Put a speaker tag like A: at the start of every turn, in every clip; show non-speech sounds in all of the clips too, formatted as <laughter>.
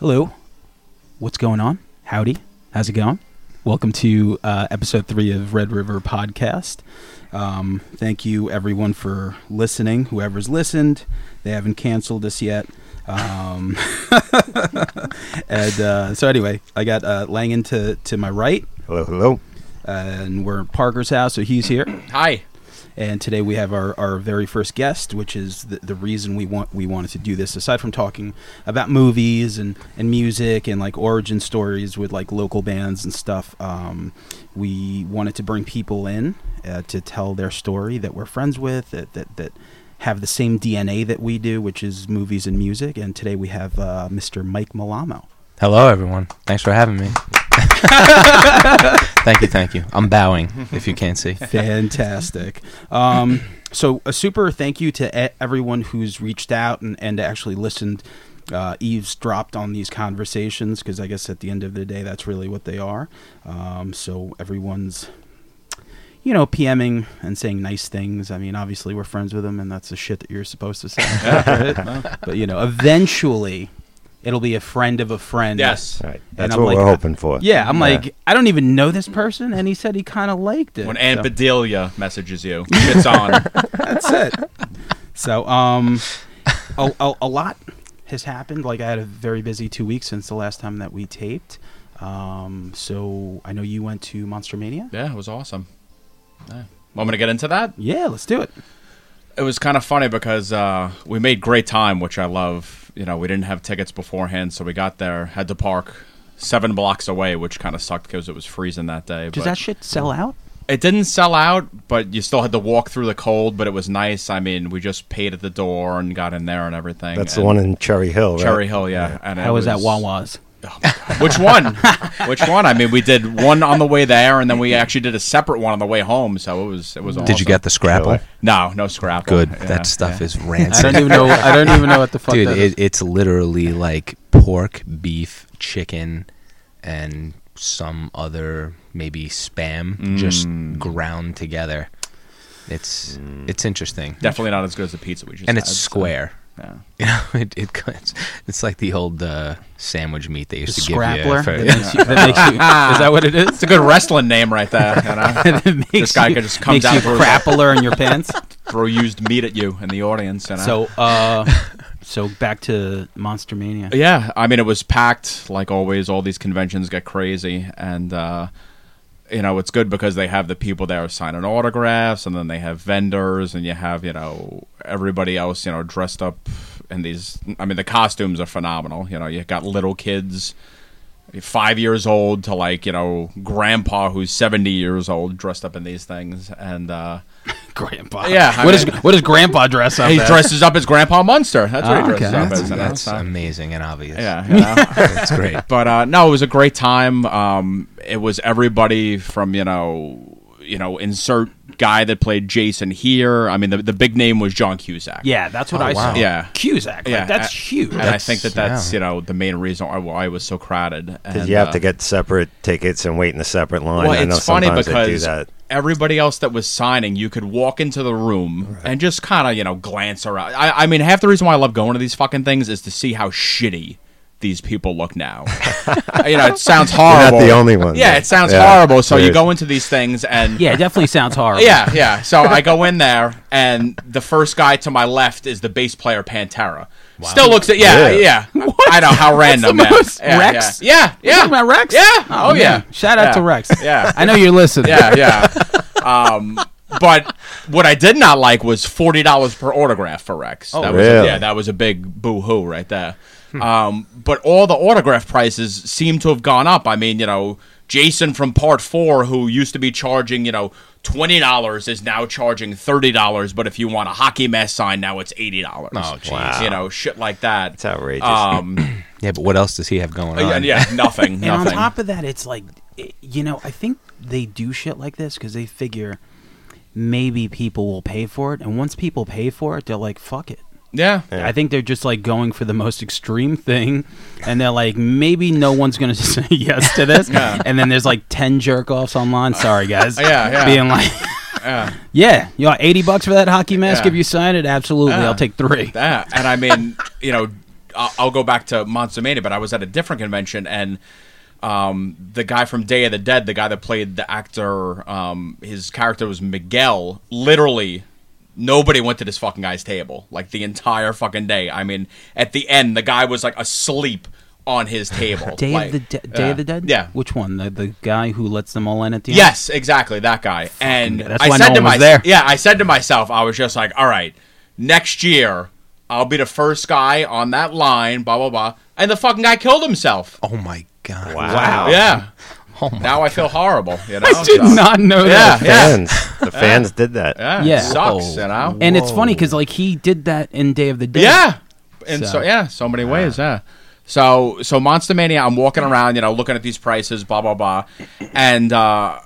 A: Hello. What's going on? Howdy. How's it going? Welcome to uh, episode three of Red River Podcast. Um, thank you, everyone, for listening. Whoever's listened, they haven't canceled us yet. Um, <laughs> and uh, so, anyway, I got uh, Langan to, to my right, uh,
B: Hello, hello.
A: and we're at Parker's house, so he's here.
C: Hi.
A: And today we have our, our very first guest, which is the, the reason we want we wanted to do this. Aside from talking about movies and, and music and like origin stories with like local bands and stuff, um, we wanted to bring people in uh, to tell their story that we're friends with that, that that have the same DNA that we do, which is movies and music. And today we have uh, Mr. Mike Malamo.
D: Hello, everyone. Thanks for having me. thank you, thank you. I'm bowing, if you can't see.
A: Fantastic. Um, so, a super thank you to e- everyone who's reached out and, and actually listened, uh, eavesdropped on these conversations, because I guess at the end of the day, that's really what they are. Um, so, everyone's, you know, PMing and saying nice things. I mean, obviously, we're friends with them, and that's the shit that you're supposed to say.
C: <laughs>
A: right? But, you know, eventually, it'll be a friend of a friend.
C: Yes.
B: All right.
A: And
B: That's
A: I'm
B: what
A: like,
B: we're hoping for.
A: Yeah, I'm like, I don't even know this person, and he said he kind of liked it.
C: When Aunt
A: so.
C: Bedelia messages
A: <laughs>
C: you, it's on.
A: That's it. So, um, a, a, a lot has happened. Like, I had a very busy two weeks since the last time that we taped. Um, so I know you went to Monster Mania.
C: yeah, it was awesome. Yeah. Want me to get into that?
A: Yeah, let's do it.
C: It was kind of funny because uh, we made great time, which I love. You know, we didn't have tickets beforehand, so we got there, had to park seven blocks away, which kind of sucked because it was freezing that day.
A: Does
C: but
A: that shit sell out?
C: it didn't sell out, but you still had to walk through the cold, but it was nice. I mean, we just paid at the door and got in there and everything.
B: That's the
C: and
B: one in Cherry Hill, right?
C: Cherry Hill, yeah. And it
A: How was that Wawa's?
C: Which one? Which one? I mean, we did one on the way there, and then we actually did a separate one on the way home. So it was it was. Awesome.
D: Did you get the Scrapple?
B: Killer.
C: No, no scrap.
D: Good. that stuff is
A: <laughs> I
D: rancid.
A: don't even know. I don't even know what the fuck.
D: Dude,
A: that
D: it, it's literally like pork, beef, chicken, and some other maybe spam just
A: Mm.
D: ground together. It's it's interesting.
C: Definitely not as good as the pizza we just.
D: And
C: had,
D: it's
C: so,
D: square. <laughs>
C: yeah.
D: You know, it, it it's, it's like the old uh, sandwich meat they used
A: The
D: to give you.
A: scrappler.
D: for-
A: that makes you- <laughs> that makes you- is that what it is?
C: It's a good wrestling name right there. You know? <laughs>
A: It makes
C: This guy
A: you-
C: could just come
A: makes
C: down
A: you
C: through-
A: crappler in your <laughs> pants.
C: Throw used meat at you in the audience. You know?
A: So, uh, so back to Monster Mania.
C: Yeah, I mean, it was packed like always. All these conventions get crazy, and uh, you know it's good because they have the people there signing autographs, and then they have vendors, and you have you know everybody else you know dressed up in these. I mean, the costumes are phenomenal. You know, you got little kids. Five years old to like you know grandpa who's seventy years old dressed up in these things and uh,
A: Grandpa.
C: Yeah, I
A: What does
C: mean-
A: what does Grandpa dress up?
C: he
A: as?
C: dresses up as Grandpa Munster. That's what
A: Ah,
C: he dresses
A: okay.
C: up as.
D: That's,
C: and
D: that's
C: that's, uh,
D: amazing and obvious. <laughs>
C: yeah, you know?
D: It's great.
C: but uh, no, it was a great time. Um, it was everybody from you know, you know, insert guy that played Jason here. I mean, the the big name was John Cusack.
A: Yeah, that's what
D: Oh,
A: I saw.
D: wow.
C: Yeah.
A: Cusack. like,
C: Yeah,
A: that's
C: a-
A: huge.
C: and I
D: That's-
C: think that that's
D: yeah.
C: you know the main reason why- why it was so crowded.
B: Did
C: And,
B: you have
C: uh,
B: to get separate tickets and wait in a separate line?
C: Well,
B: I know
C: it's funny
B: sometimes they do
C: because
B: that.
C: everybody else that was signing, you could walk into the room and just kind of you know glance around. I, I mean, half the reason why I love going to these fucking things is to see how shitty these people
B: <laughs>
C: look now. you know, it sounds
B: You're
C: horrible.
B: not the only one.
C: Yeah, it sounds
B: Yeah,
C: horrible. So you
B: seriously.
C: go into these things and
A: yeah, it definitely sounds horrible.
C: yeah, yeah. So I go in there, and the first guy to my left is the bass player Pantera. Still looks at yeah, yeah.
B: Yeah.
C: I know how random.
A: the
C: man.
A: most-
C: yeah,
A: Rex?
C: Yeah, yeah.
A: You talking about Rex?
C: Yeah.
A: Oh,
C: Oh,
A: man.
C: yeah.
A: Shout out
C: Yeah.
A: to Rex.
C: Yeah.
A: I know you're listening.
C: Yeah, yeah. um, but what I did not like was forty dollars per autograph for Rex. Oh, that was a,
B: really?
C: yeah, that was a big boo hoo right there. um, but all the autograph prices seem to have gone up. I mean, you know, Jason from Part Four, who used to be charging, you know. Twenty dollars is now charging thirty dollars, but if you want a hockey mask sign, now it's eighty dollars.
D: Oh, jeez.
C: You know, shit like that.
B: It's outrageous.
C: Um,
D: Yeah, but what else does he have going on?
C: Oh, yeah, yeah, nothing,
A: And on
C: nothing.
A: top of that, it's like, it- you know, I think they do shit like this because they figure maybe people will pay for it. And once people pay for it, they're like, fuck it.
C: yeah,
A: I think they're just like going for the most extreme thing, and they're like, maybe no one's gonna <laughs> say yes to this. And then there's like ten jerk offs online. Sorry, guys.
C: <laughs> Yeah, yeah.
A: Being like,
C: yeah.
A: <laughs> yeah, you want eighty bucks for that hockey mask
C: Yeah.
A: if you sign it? Absolutely,
C: Yeah.
A: I'll take three.
C: that. And I mean, you know, I'll, I'll go back to Monster Mania, but I was at a different convention and um, the guy from Day of the Dead, the guy that played the actor, um, his character was Miguel. Literally, nobody went to this fucking guy's table like the entire fucking day. I mean, at the end, the guy was like asleep on his
A: <laughs>
C: table.
A: Day
C: Like,
A: of the De- Day
C: yeah.
A: of the Dead.
C: Yeah.
A: Which one? The the guy who lets them all in at the end.
C: Yes, exactly that guy. And
A: that's
C: I
A: why
C: said
A: no
C: to
A: one was there.
C: myself, yeah, I said to myself, I was just like, all right, next year I'll be the first guy on that line, blah blah blah. And the fucking guy killed himself.
D: Oh my god!
B: Wow.
A: <laughs>
C: Yeah.
D: Oh my
C: Now I feel horrible. You know?
A: I did
C: So,
A: not know
C: Oh, Yeah,
A: that.
C: <laughs> yeah,
B: Fans, the fans did that.
C: yeah.
A: Yeah. Oh,
C: It sucks.
D: Whoa.
C: You know.
A: And it's funny because like he did that in Day of the Dead.
C: Yeah. And so,
A: So-
C: yeah, so many ways, yeah. So so Monster Mania, I'm walking around, you know, looking at these prices, blah blah blah. And uh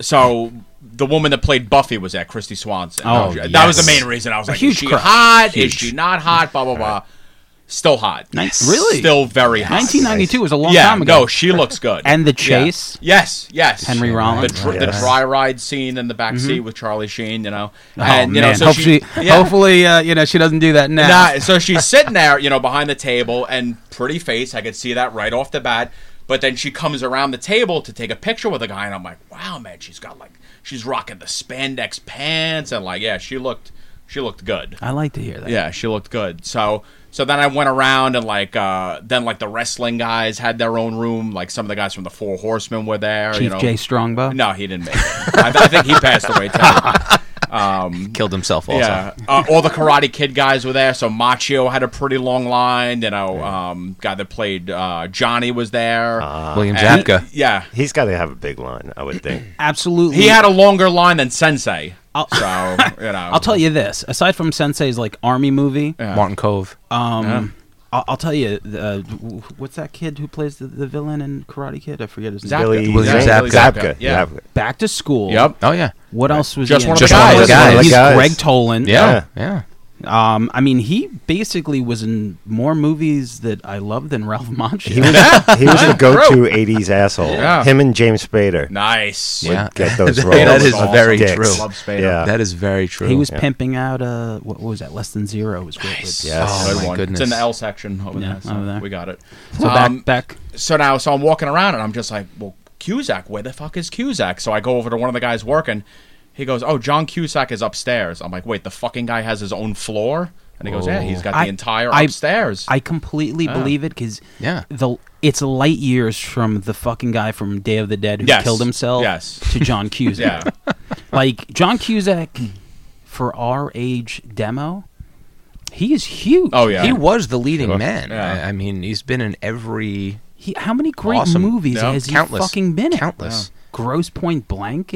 C: so the woman that played Buffy was there, Christy Swanson.
A: Oh,
C: that was the
A: yes.
C: main reason. I was like,
A: huge
C: is she
A: crush.
C: hot? Is
A: Huge.
C: she not hot? Blah blah blah. Still hot.
A: Nin- really?
C: Still very hot.
A: 1992 was a long
C: yeah,
A: time ago.
C: no, she looks good.
A: And the
C: Yeah.
A: chase.
C: Yes, yes.
A: Henry Rollins. Mm-hmm.
C: The, dr- the
B: Yes.
C: dry ride scene in the back seat with Charlie Sheen, you know.
A: Oh
C: and you
A: man.
C: know, so
A: hopefully,
C: she, yeah.
A: hopefully, uh, you know she doesn't do that now.
C: Nah, so she's sitting there, you know, behind the table, and pretty face. I could see that right off the bat. But then she comes around the table to take a picture with a guy, and I'm like, wow, man, she's got like, she's rocking the spandex pants, and like, yeah, she looked, she looked good.
A: I like to hear that.
C: Yeah, she looked good. So so then I went around and like uh then like the wrestling guys had their own room. Like some of the guys from the Four Horsemen were there.
A: Chief
C: you know.
A: Jay Strongbow.
C: No, he didn't make it. I, I think he passed away too.
A: <laughs>
C: Um,
D: Killed himself. Also.
C: yeah, uh, all the Karate Kid guys were there. So Machio had a pretty long line. You know, um, guy that played uh, Johnny was there.
D: William
C: And-
D: Zabka.
C: Yeah,
B: He's got to have a big line, I would
C: <clears throat>
B: think.
A: Absolutely.
C: he had a longer line than Sensei.
A: I'll- <laughs>
C: so you know,
A: I'll tell you this. Aside from Sensei's like army movie,
D: Martin Cove.
C: Uh,
A: um, I'll, I'll tell you uh, w- what's that kid who plays the, the villain in Karate Kid? I forget his name.
C: Zabka.
B: Billy
D: William
B: Zane-
D: Zabka.
B: Zabka.
C: Yeah.
B: Zabka.
C: <laughs>
A: Back to school.
C: Yep.
D: Oh yeah.
A: What else was
C: Just
A: he
C: one
A: in?
C: of the Just one of the guys. guys.
A: He's
B: guys.
A: Greg Tolan.
D: Yeah. Yeah.
A: Um, I mean, he basically was in more movies that I love than Ralph
B: He
A: <laughs> Macchio.
B: was, he was the
C: True.
B: go-to 80s asshole.
C: Yeah.
B: Him and James Spader
C: nice.
B: would
D: Yeah.
B: get
C: <laughs>
B: those roles.
D: that is
C: Rolls.
D: very
B: Dicks.
D: true.
C: Love Spader.
B: Yeah.
D: That is very true.
A: He was pimping out uh, what what was that? Less than zero was great. with-
B: Yeah. Yes.
D: Oh,
C: Good
D: my
C: one.
D: goodness.
C: It's in the L section over,
A: Yeah,
C: there, so
A: over there.
C: We got it.
A: So
C: Um,
A: back back.
C: so now, so I'm walking around and I'm just like, well, Cusack, where the fuck is Cusack? So I go over to one of the guys working. He goes, oh, John Cusack is upstairs. I'm like, wait, the fucking guy has his own floor? And he goes, yeah, he's got the
A: I-
C: entire
A: Oh. I-
C: upstairs.
A: I
C: Ah.
A: completely believe it because
D: Yeah.
A: the it's light years from the fucking guy from Day of the Dead who
C: Yes.
A: killed himself
C: Yes.
A: to
C: <laughs>
A: John
C: yeah.
A: Cusack. Like John Cusack for our age demo, he is huge.
C: Oh, yeah.
D: He was the leading
C: Yeah.
D: man.
C: Yeah.
D: I, I mean, he's been in every
A: He, how many great
D: Awesome.
A: movies
C: Yeah.
A: has
D: Countless.
A: he fucking been in?
D: Countless.
A: Gross Point Blank,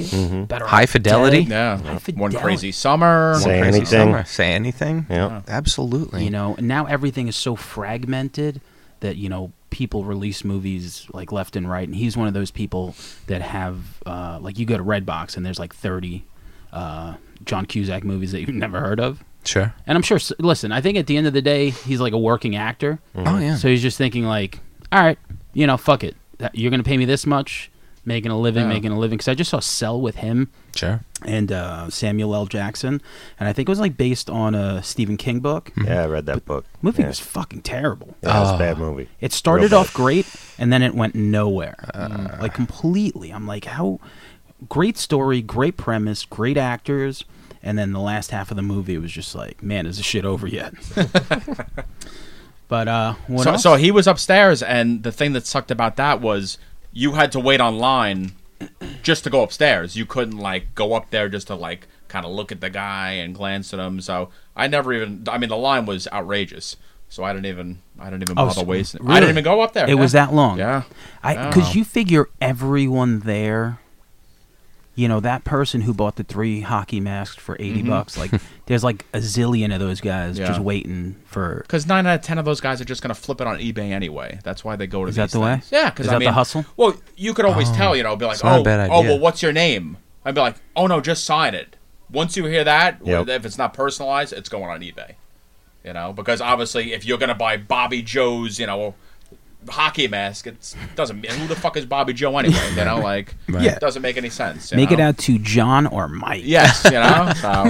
A: Better
D: High
A: Off
D: Fidelity?
A: Dead,
C: Yeah.
A: High
C: Mm-hmm. One
A: Fidelity.
C: crazy summer.
B: Say
D: Crazy
B: anything.
D: Summer. Say anything.
B: Yeah.
D: Absolutely.
A: You know, and now everything is so fragmented that you know people release movies like left and right, and he's one of those people that have uh, like you go to Redbox and there's like thirty uh, John Cusack movies that you've never heard of.
D: Sure.
A: And I'm sure. s- Listen, I think at the end of the day, he's like a working actor.
D: Oh yeah.
A: So he's just thinking like, all right, you know, fuck it. That- You're gonna pay me this much, making a living,
C: Yeah.
A: making a living. Because I just saw Cell with him
D: sure.
A: and uh, Samuel L. Jackson, and I think it was like based on a Stephen King book.
B: Yeah, I read that book.
A: Movie
B: yeah.
A: was fucking terrible.
B: Yeah, it was
D: Oh.
B: a bad
C: Ah.
B: movie.
A: It started
B: Real
A: off
B: bad.
A: great, and then it went nowhere,
C: Uh.
A: Mm, like completely. I'm like, how great story, great premise, great actors, and then the last half of the movie was just like, man, is this shit over
C: <laughs>
A: yet? but uh, what
C: So,
A: else?
C: so he was upstairs, and the thing that sucked about that was you had to wait online just to go upstairs. You couldn't like go up there just to like kind of look at the guy and glance at him. So I never even. I mean, the line was outrageous. So I didn't even. I didn't even
A: Oh,
C: bother
A: so-
C: wasting. I
A: really?
C: didn't even go up there.
A: it was
C: Yeah.
A: that long.
C: Yeah.
A: I because you figure everyone there, you know, that person who bought the three hockey masks for 80 bucks, like there's like a zillion of those guys
C: Mm-hmm. <laughs> Yeah.
A: just waiting for.
C: Because nine out of ten of those guys are just going to flip it on eBay anyway. That's why they go to
A: Is
C: these
A: that the way?
C: things. Yeah, because
A: Is
C: I
A: that the
C: mean,
A: hustle?
C: Well, you could always tell. You know, be like,
D: not a
C: oh,
D: bad
C: oh,
D: idea.
C: well, what's your name? I'd be like, oh no, just sign it. Once you hear that,
B: Yep.
C: if it's not personalized, it's going on eBay. You know, because obviously, if you're going to buy Bobby Joe's, you know, hockey mask. It doesn't. Who the fuck is Bobby Joe anyway?
A: <laughs>
C: You know, like
D: Right.
A: Yeah.
C: it doesn't make any sense. you
A: Make it
C: know?
A: out to John or Mike. <laughs>
C: Yes, you know. So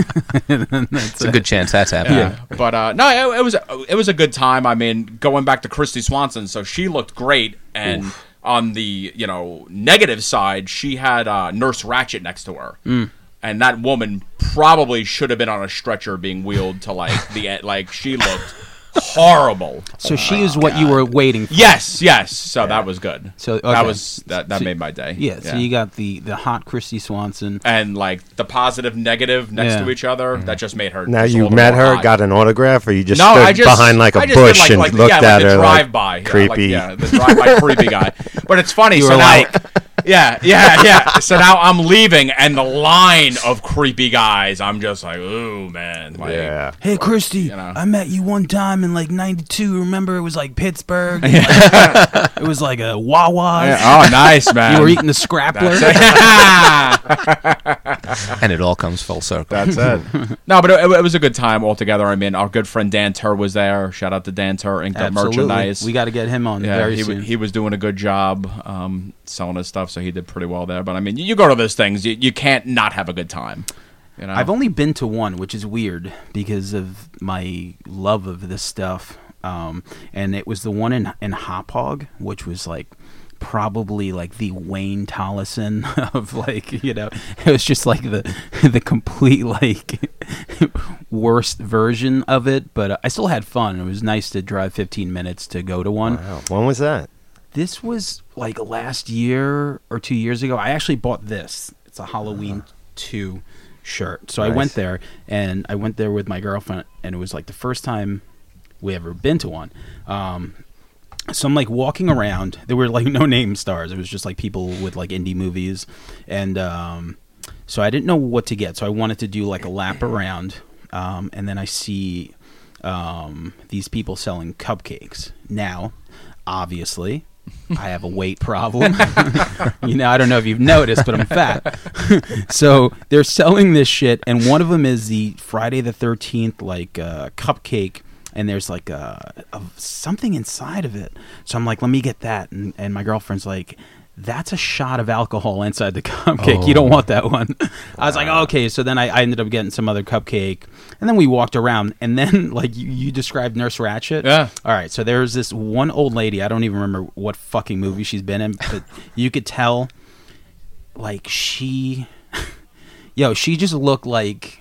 D: It's a good chance that's happening.
C: yeah. But uh, no, it, it was it was a good time. I mean, going back to Christy Swanson, so she looked great, and on the you know negative side, she had uh, Nurse Ratchet next to her,
A: Mm.
C: and that woman probably should have been on a stretcher being wheeled to like the end. like she looked horrible.
A: So she is what you were waiting for.
C: Yes, yes. So that was good.
A: So, okay.
C: that was that that
A: So-
C: made my day.
A: Yeah, so you got the the hot Christy Swanson.
C: and like the positive negative next
A: Yeah. Mm-hmm.
C: to each other, that just made her.
B: Now
C: just a
B: you
C: little
B: met
C: more
B: her,
C: hot.
B: got an autograph, or you just
C: No,
B: stood
C: I just
B: behind like a
C: I just did,
B: bush
C: like-
B: and
C: like,
B: looked
C: yeah,
B: at
C: like
B: her
C: the
B: like
C: drive by,
B: creepy.
C: yeah, like, yeah, the drive by creepy
B: <laughs>
C: guy. But it's funny.
A: You
C: so
A: were
C: now,
A: like-
C: <laughs> yeah, yeah,
B: <laughs>
C: yeah. So now I'm leaving, and the line of creepy guys. I'm just like, ooh, man. Like,
B: yeah.
A: Hey Christy,
C: know.
A: I met you one time in like '92. Remember, it was like Pittsburgh. and, like, <laughs> it was like a Wawa.
C: Yeah,
B: <laughs>
C: Oh, nice, man.
A: You were eating the scrappler.
D: And it all comes full circle.
B: That's it.
C: <laughs> No, but it, it was a good time altogether. I mean, our good friend Dan Tur was there. Shout out to Dan Tur, Inked Up
A: Absolutely,
C: Merchandise.
A: we got to get him on
C: yeah,
A: very
C: he, wa-
A: soon.
C: he was doing a good job um, selling his stuff, so he did pretty well there. But I mean, you, you go to those things, you, you can't not have a good time. You know?
A: I've only been to one, which is weird because of my love of this stuff. Um, and it was the one in in Hop Hog, which was like probably like the Wayne Tollison <laughs> of like you know <laughs> it was just like the <laughs> the complete like <laughs> worst version of it but uh, I still had fun it was nice to drive 15 minutes to go to one
B: Wow. When was that?
A: this was like last year or two years ago. I actually bought this. It's a Halloween two shirt. So I
B: Nice.
A: went there and I went there with my girlfriend, and it was like the first time we ever been to one. Um, so I'm like walking around. There were like <laughs> no name stars. It was just like people with like indie movies, and um, so I didn't know what to get. So I wanted to do like a lap around, um, and then I see um, these people selling cupcakes. Now, obviously, I have a weight problem. <laughs> you know, I don't know if you've noticed, but I'm fat. so they're selling this shit, and one of them is the Friday the 13th, like uh, cupcake. And there's like a, a something inside of it, so I'm like, let me get that. And, and my girlfriend's like, that's a shot of alcohol inside the <laughs> cupcake. You don't want that one. <laughs> I was like, okay. So then I, I ended up getting some other cupcake, and then we walked around, and then <laughs> like you, you described Nurse Ratchet.
C: Yeah.
A: All right. So there's this one old lady. I don't even remember what fucking movie she's been in, but you could tell, like she, yo, she just looked like.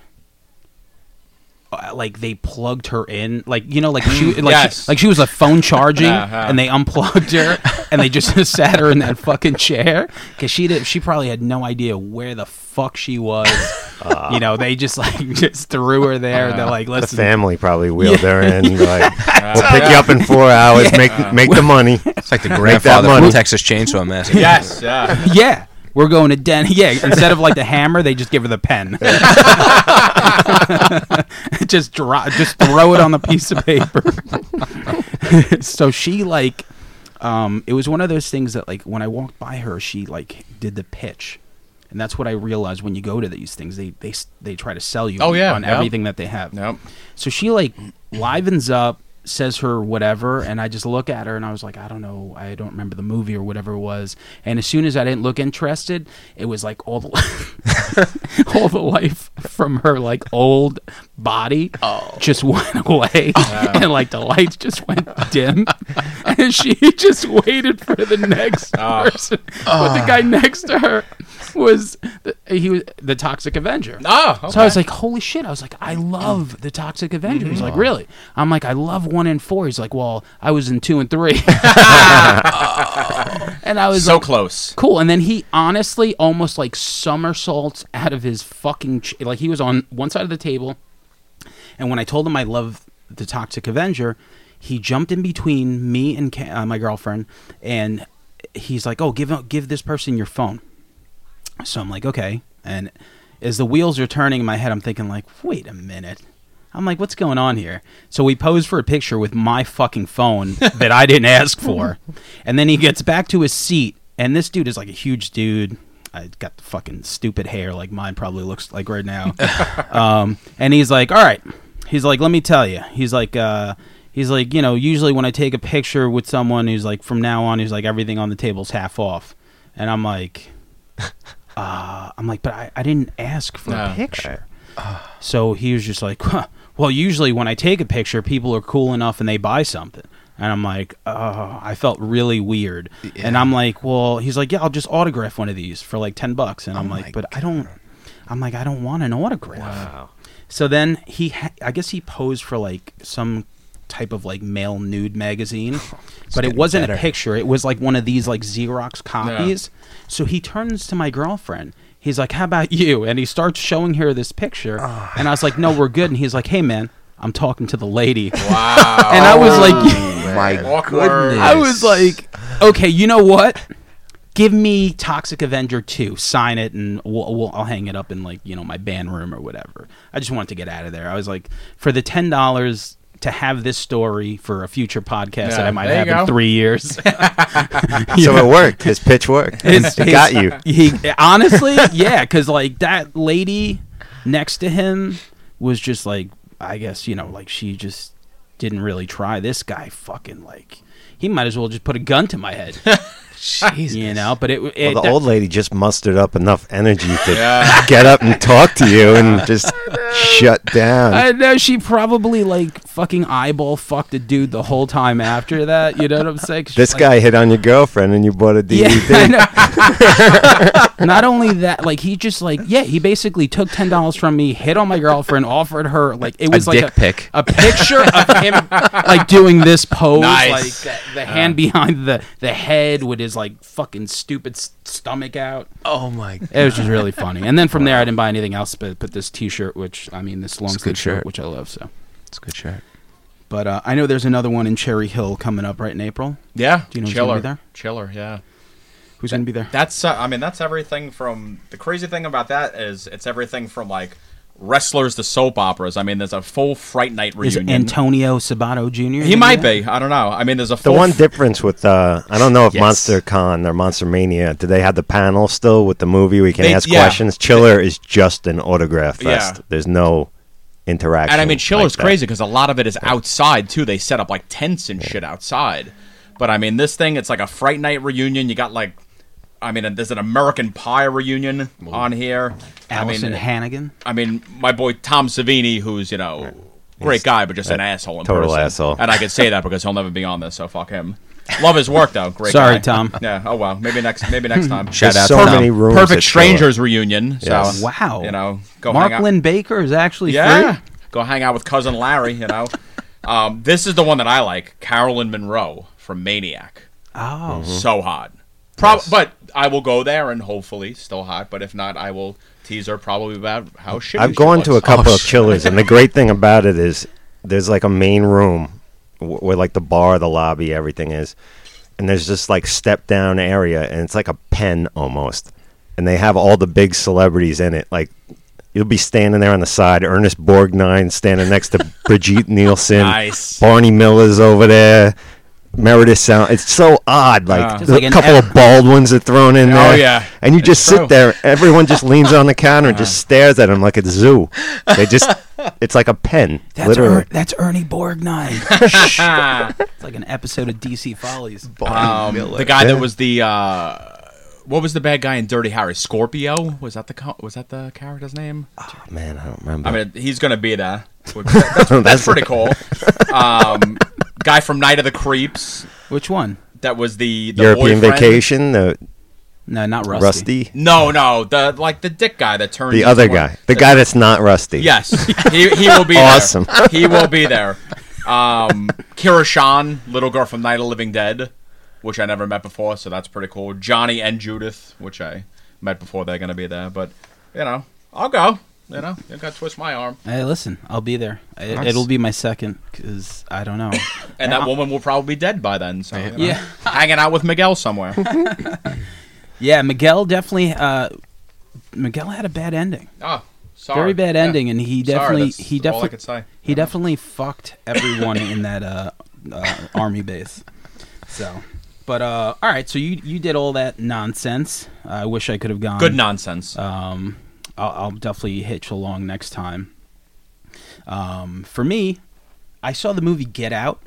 A: uh, Like they plugged her in, like you know, like
C: <laughs>
A: she, like
C: yes.
A: she, like she was a phone charging,
C: <laughs> Uh-huh.
A: and they unplugged her, and they just <laughs> sat her in that fucking chair because she did. She probably had no idea where the fuck she was. you know, they just like <laughs> just threw her there. They're like,
B: The
A: listen,
B: family
C: <laughs>
B: probably wheeled her in. and be Like, we'll
C: Uh,
B: pick you up in four hours. Make make the
C: <laughs>
B: money.
D: <laughs> It's like the
B: Make that
D: grandfather from
B: money.
D: Texas Chainsaw Massacre.
C: Yes, yeah.
A: <laughs> yeah, we're going to Den. <laughs> Yeah, instead of like the hammer, they just give her the pen. <laughs> just draw, just throw it on the piece of paper. <laughs> so she like, um, it was one of those things that like when I walked by her, she like did the pitch. And that's what I realized when you go to these things, they they s- they try to sell you
C: Oh, yeah,
A: on
C: yeah.
A: everything that they have.
C: Nope.
A: So she like livens up, says her whatever, and I just look at her and I was like, I don't know, I don't remember the movie or whatever it was. And as soon as I didn't look interested, it was like all the <laughs> all the life from her like old body just went <laughs> away, and like the lights just went dim, <laughs> and she just waited for the next person. But the guy next to her was the, he was the Toxic Avenger.
C: Oh,
A: So I
C: okay. Mm-hmm.
A: was like, holy shit. I was like, I love the Toxic Avenger. He's like, really? I'm like, I love one and four. He's like, well, I was in two and
C: <laughs>
A: three. and I was
C: so
A: like,
C: close.
A: cool. And then he honestly almost like somersaults out of his fucking. Ch- like he was on one side of the table. And when I told him I love the Toxic Avenger, he jumped in between me and Ca- uh, my girlfriend, and he's like, "Oh, give give this person your phone." So I'm like, "Okay." And as the wheels are turning in my head, I'm thinking like, "Wait a minute." I'm like, "What's going on here?" So we pose for a picture with my fucking phone that I didn't ask for, and then he gets back to his seat, and this dude is like a huge dude. I got the fucking stupid hair like mine probably looks like right now. um, and he's like, "All right." He's like, "Let me tell you." He's like, uh, he's like, you know, usually when I take a picture with someone, he's like, from now on, he's like, everything on the table's half off, and I'm like, <laughs> uh, I'm like, but I, I didn't ask for
C: No.
A: a picture. So he was just like, huh, well, usually when I take a picture, people are cool enough and they buy something. And I'm like, oh, I felt really weird. And I'm like, well, he's like, yeah, I'll just autograph one of these for like 10 bucks. And I'm
D: Oh my
A: like, but I don't, I'm like, I don't want an autograph.
B: Wow.
A: So then he, ha- I guess he posed for like some type of like male nude
D: <laughs>
A: magazine, but it
D: getting
A: wasn't a
D: better.
A: picture. It was like one of these like Xerox copies. So he turns to my girlfriend. He's like, "How about you?" And he starts showing her this picture, and I was like, "No, we're good." And he's like, "Hey, man, I'm talking to the lady."
C: <laughs> Wow.
A: And I was like,
D: My
C: Awkward.
D: goodness.
A: I was like, "Okay, you know what?" Give me Toxic Avenger 2, sign it, and we'll, we'll, I'll hang it up in, like, you know, my band room or whatever. I just wanted to get out of there. I was like, for the $10 to have this story for a future podcast that
C: Yeah,
A: I might
C: there you
A: have
C: go.
A: in three
C: <laughs>
A: years.
B: So it worked. His pitch worked.
A: His-
B: it got
A: his-
B: you.
A: <laughs> He honestly, yeah, because like that lady next to him was just like, I guess you know, like she just didn't really try. This guy fucking like he might as well just put a gun to my
B: <laughs>
A: head,
D: Jesus.
A: you know. But it, it
B: Well, the
A: that-
B: old lady just mustered up enough energy to
C: Yeah.
B: get up and talk to you
C: <laughs>
B: and just shut down.
A: I know she probably like fucking eyeball fucked a dude the whole time after that. You know what I'm saying? 'Cause
B: this
A: she's like-
B: guy hit on your girlfriend and you bought a DVD.
A: Yeah, <laughs> I know. <laughs> Not only that, like he just like yeah, he basically took ten dollars from me, hit on my girlfriend, offered her like it was like
D: dick pic.
A: a picture of him like doing this pose,
C: Nice.
A: like the, the
D: Uh.
A: hand behind the the head with his like fucking stupid s- stomach out.
D: Oh my.
A: It was just really funny. And then from there, I didn't buy anything else, but but this T-shirt, which I mean, this long
D: It's a
A: sleeve
D: good
A: shirt,
D: shirt.
A: which I love so.
D: It's a good shirt.
A: But uh, I know there's another one in Cherry Hill coming up right in April.
C: yeah.
A: Do you know who's
C: Chiller.
A: gonna be there?
C: Chiller. Yeah.
A: Who's gonna be there?
C: That's uh, I mean that's everything from the crazy thing about that is it's everything from like wrestlers to soap operas. I mean there's a full Fright Night
A: Is
C: reunion.
A: Antonio Sabato Jr. gonna
C: he might
A: there?
C: be. I don't know. I mean there's a
B: The
C: full
B: one difference with uh, I don't know if
D: Yes.
B: Monster Con or Monster Mania, do they have the panel still with the movie? We can
C: They-
B: ask
C: yeah.
B: questions. Chiller is just an autograph fest.
C: Yeah.
B: There's no interaction.
C: And I mean, Chiller's
B: like that.
C: crazy because a lot of it is outside too. They set up like tents and shit outside. But I mean, this thing, it's like a Fright Night reunion. You got like, I mean, there's an American Pie reunion on here.
A: Allison
C: I mean, uh,
A: Hannigan.
C: I mean, my boy Tom Savini, who's you know, great guy, but just an asshole in
B: total
C: person.
B: asshole.
C: And I can say that because he'll never be on this, so fuck him. Love his work though. Great.
A: Sorry,
C: guy.
A: Tom.
C: Yeah. Oh well. Maybe next.
B: <clears throat>
C: Maybe next time.
D: Shout
B: There's
D: out
B: so
D: to
B: many
D: Tom.
B: rooms.
C: Perfect
B: at Chiller.
C: Strangers reunion. So
B: Yes.
A: Wow.
C: You know, go hang out.
A: Mark Lynn Baker is actually
C: Yeah.
A: free.
C: Go hang out with cousin Larry, you
B: <laughs>
C: know. um, this is the one that I like, Carolyn Monroe from Maniac.
A: Oh.
B: Mm-hmm.
C: So hot. Prob- But I will go there and hopefully still hot. But if not, I will tease her probably about how shitty
B: I've
C: she
B: gone to a
C: looks.
B: couple
D: Oh,
B: of Chillers,
C: <laughs>
B: and the great thing about it is there's like a main room wh- where like the bar, the lobby, everything is, and there's just like step down area, and it's like a pen almost, and they have all the big celebrities in it, like. You'll be standing there on the side. Ernest Borgnine standing next
C: <laughs>
B: to Brigitte Nielsen.
C: Nice.
B: Barney Miller's over there. Meredith Sound. It's so odd.
C: Yeah.
B: Like
A: Just
B: the
A: like
B: a
A: an
B: couple
A: ev-
B: of bald ones are thrown in
C: Uh. Oh,
B: there.
C: yeah.
B: And you
C: It's
B: just
C: true.
B: sit there. Everyone just leans on the counter and just stares at him like it's a zoo. They just, it's like a pen,
A: That's,
B: literally.
A: er- that's Ernie
C: <laughs>
A: Borgnine. Shh.
C: Ah.
A: it's like an episode of DC Follies.
C: Um, the guy that was the uh, what was the bad guy in Dirty Harry? Scorpio was that the co- was that the character's name?
B: Oh, man, I don't remember.
C: I mean, he's gonna be there.
B: <laughs>
C: That's, that's pretty cool. Um, guy from Night of the Creeps.
A: Which one?
C: That was the, the
B: European
C: boyfriend.
B: Vacation, the
A: No, not Rusty.
B: Rusty,
C: No, no, the like the dick guy that turned
B: the
C: into
B: other
C: one-
B: guy, the guy that's not Rusty.
C: Yes, he, he will be there.
B: Awesome.
C: <laughs> He will be there. Um, Kira Shan, little girl from Night of the Living Dead, which I never met before, so that's pretty cool. Johnny and Judith, which I met before, they're gonna be there. But you know, I'll go. You know, you gotta twist my arm,
A: Hey, listen, I'll be there. It,
D: Nice.
A: It'll be my second because I don't know. <laughs>
C: and that
A: I'll-
C: woman will probably be dead by then. So you know,
A: Yeah.
C: <laughs> hanging out with
A: <laughs>
C: Miguel somewhere.
A: Yeah, Miguel definitely. Uh, Miguel had a bad ending,
C: Oh, sorry.
A: very bad
C: Yeah.
A: ending, and he
C: Sorry,
A: definitely
C: that's
A: he
C: all I
A: definitely
C: could say.
A: he definitely fucked everyone in that uh, uh, army base. So, but uh, all right, so you you did all that nonsense. I wish I could have gone.
C: Good nonsense.
A: Um, I'll, I'll definitely hitch along next time. Um, for me, I saw the movie Get Out.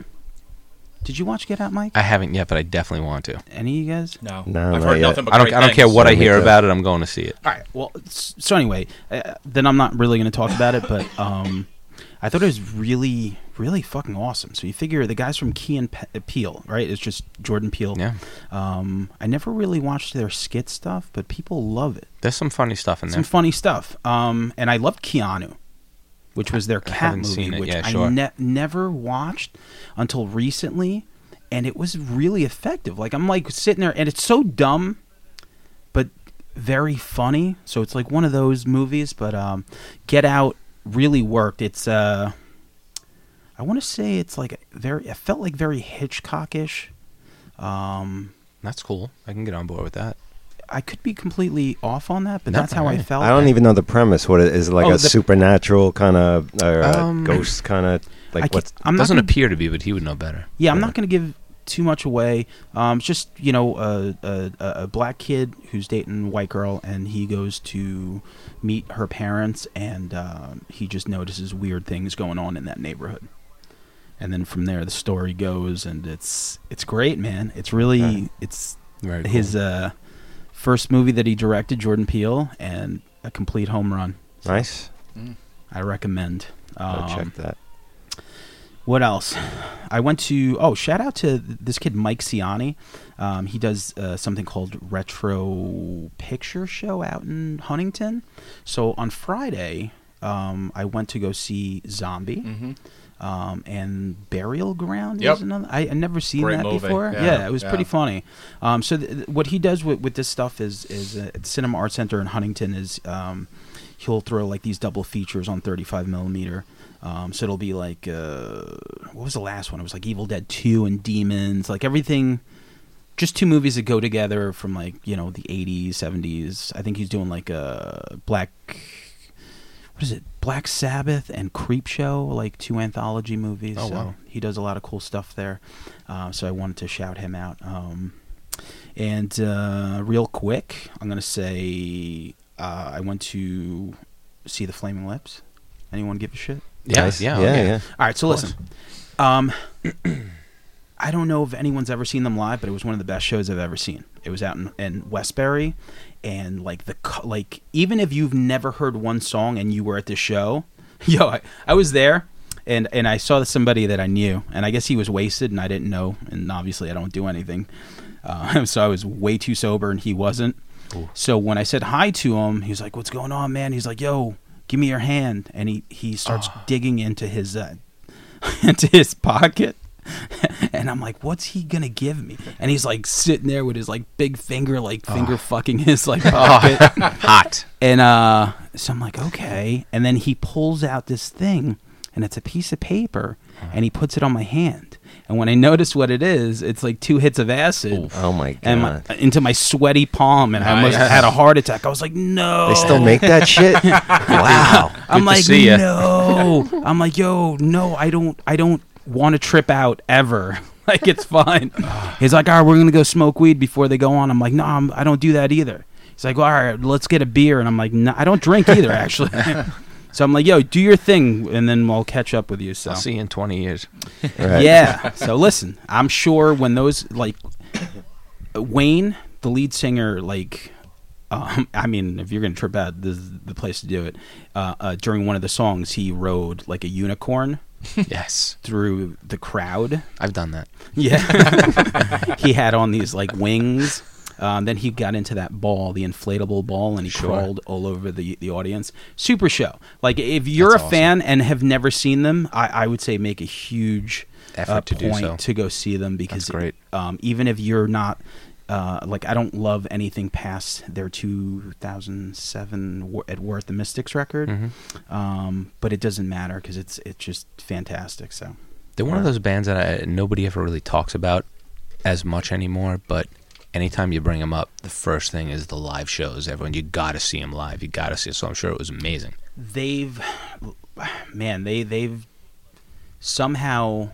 A: Did you watch Get Out, Mike?
D: I haven't yet, but I definitely want to.
A: Any of you guys?
E: No,
B: No,
E: I've
B: not
E: heard
B: yet.
E: nothing but
D: I don't.
E: great
D: I don't care
E: things.
D: what I
B: Yeah, me
D: hear
B: too.
D: about it. I'm going to see it.
A: All right. Well, s- so anyway, uh, then I'm not really going to talk about it, but <laughs> um, I thought it was really, really fucking awesome. So you figure the guys from Key and Pe- Peele, right? It's just Jordan Peele.
D: Yeah,
A: Um, I never really watched their skit stuff, but people love it.
D: there's some funny stuff in
A: Some
D: there.
A: funny stuff. Um, and I loved Keanu, which was their cat
D: haven't
A: movie,
D: seen it
A: which
D: yet,
A: I
D: sure.
A: ne- never watched until recently, and it was really effective. Like I'm like sitting there, and it's so dumb, but very funny. So it's like one of those movies. But um, Get Out really worked. It's uh, I want to say it's like very. It felt like very Hitchcockish. Um,
D: That's cool. I can get on board with that.
A: I could be completely off on that, but
D: No,
A: that's how I
D: alright.
A: felt.
B: I don't even know the premise. What it is like
A: Oh,
B: a
A: the-
B: supernatural kind of or a
D: Um,
B: ghost kind of
A: I
B: like
A: can't-
B: what's
A: I'm not
D: Doesn't
A: gonna-
D: appear to be, but he would know better.
A: Yeah, I'm not going to give too much away. Um, it's just you know a, a a a black kid who's dating a white girl, and he goes to meet her parents, and um, he just notices weird things going on in that neighborhood. And then from there, the story goes, and it's it's great, man. It's really
B: Okay.
A: it's
D: Very cool.
A: his uh, first movie that he directed, Jordan Peele, and a complete home run.
B: nice?
A: I recommend.
B: I'll
A: Um,
B: check that.
A: What else? I went to oh shout out to this kid Mike Ciani. Um, he does uh, something called Retro Picture Show out in Huntington. So on Friday, um, I went to go see Zombie
E: Mhm.
A: um, and Burial Ground.
E: Yep.
A: Is another, I had never seen
E: Great
A: that
E: movie.
A: before.
E: Yeah.
A: Yeah, it was pretty
E: Yeah.
A: funny. Um, so th- th- what he does with, with this stuff is is uh, at Cinema Art Center in Huntington is um, he'll throw like these double features on 35 millimeter. Um, so it'll be like uh, what was the last one? It was like Evil Dead 2 and Demons, like everything. Just two movies that go together from like you know the 80s, 70s. I think he's doing like a Black. What is it? Black Sabbath and Creep Show, like two anthology movies.
D: Oh,
A: so
D: wow.
A: he does a lot of cool stuff there. Uh, so I wanted to shout him out. Um, and uh, real quick, I'm gonna say uh, I went to see the Flaming Lips. Anyone give a shit?
D: yeah,
B: Nice.
D: yeah,
B: yeah,
D: okay.
B: yeah.
A: All right, so listen. Um, I don't know if anyone's ever seen them live, but it was one of the best shows I've ever seen. It was out in, in Westbury, and like the co- like, even if you've never heard one song and you were at the show, <laughs> yo, I, I was there, and and I saw somebody that I knew, and I guess he was wasted, and I didn't know, and obviously I don't do anything, uh, <laughs> so I was way too sober, and he wasn't. So when I said hi to him, he was like, "What's going on, man?" He's like, "Yo, give me your hand," and he he starts digging into his uh, <laughs> into his pocket. <laughs> And I'm like, what's he gonna give me? And he's like sitting there with his like big finger, like finger
B: <laughs>
A: fucking his like pocket.
D: Hot.
A: And uh, so I'm like, okay. And then he pulls out this thing, and it's a piece of paper,
B: Uh-huh.
A: and he puts it on my hand. And when I notice what it is, it's like two hits of acid.
B: Oh my god!
A: And my, into my sweaty palm, and I almost
E: Nice.
A: had a heart attack. I was like, "No!"
B: they still make that shit. wow.
A: I'm
D: Good to
A: like,
D: see ya.
A: no. I'm like, yo, no, I don't, I don't want to trip out ever. <laughs> like, it's fine. He's like, all right, we're gonna go smoke weed before they go on. I'm like, no, I'm, I don't do that either. He's like, all right, let's get a beer, and I'm like, no, I don't drink
D: <laughs>
A: either, actually. <laughs> so I'm like, yo, do your thing, and then I'll catch up with you. So
D: I'll see you in
A: <laughs>
D: 20 years.
B: Right.
A: yeah. So listen, I'm sure when those like Wayne, the lead singer, like um, I mean, if you're gonna trip out, this is the place to do it. Uh, uh, during one of the songs, he rode like a unicorn
D: yes,
A: through the crowd.
D: I've done that.
A: Yeah,
D: <laughs>
A: he had on these like wings. Um, then he got into that ball, the inflatable ball, and he crawled all over the, the audience. Super show. Like if you're
D: That's
A: a
D: awesome.
A: fan and have never seen them, I, I would say make a huge
D: Effort
A: uh,
D: to do
A: point
D: so.
A: to go see them because
D: That's great.
A: um, even if you're not uh, like I don't love anything past their 2007 Wa- at War at the Mystics record,
D: Mm-hmm.
A: um, but it doesn't matter because it's it's just fantastic. So
D: They're one of those bands that I, nobody ever really talks about as much anymore, but anytime you bring them up, the first thing is the live shows. Everyone, you got to see them live. You got to see it. So I'm sure it was amazing.
A: they've man they they've somehow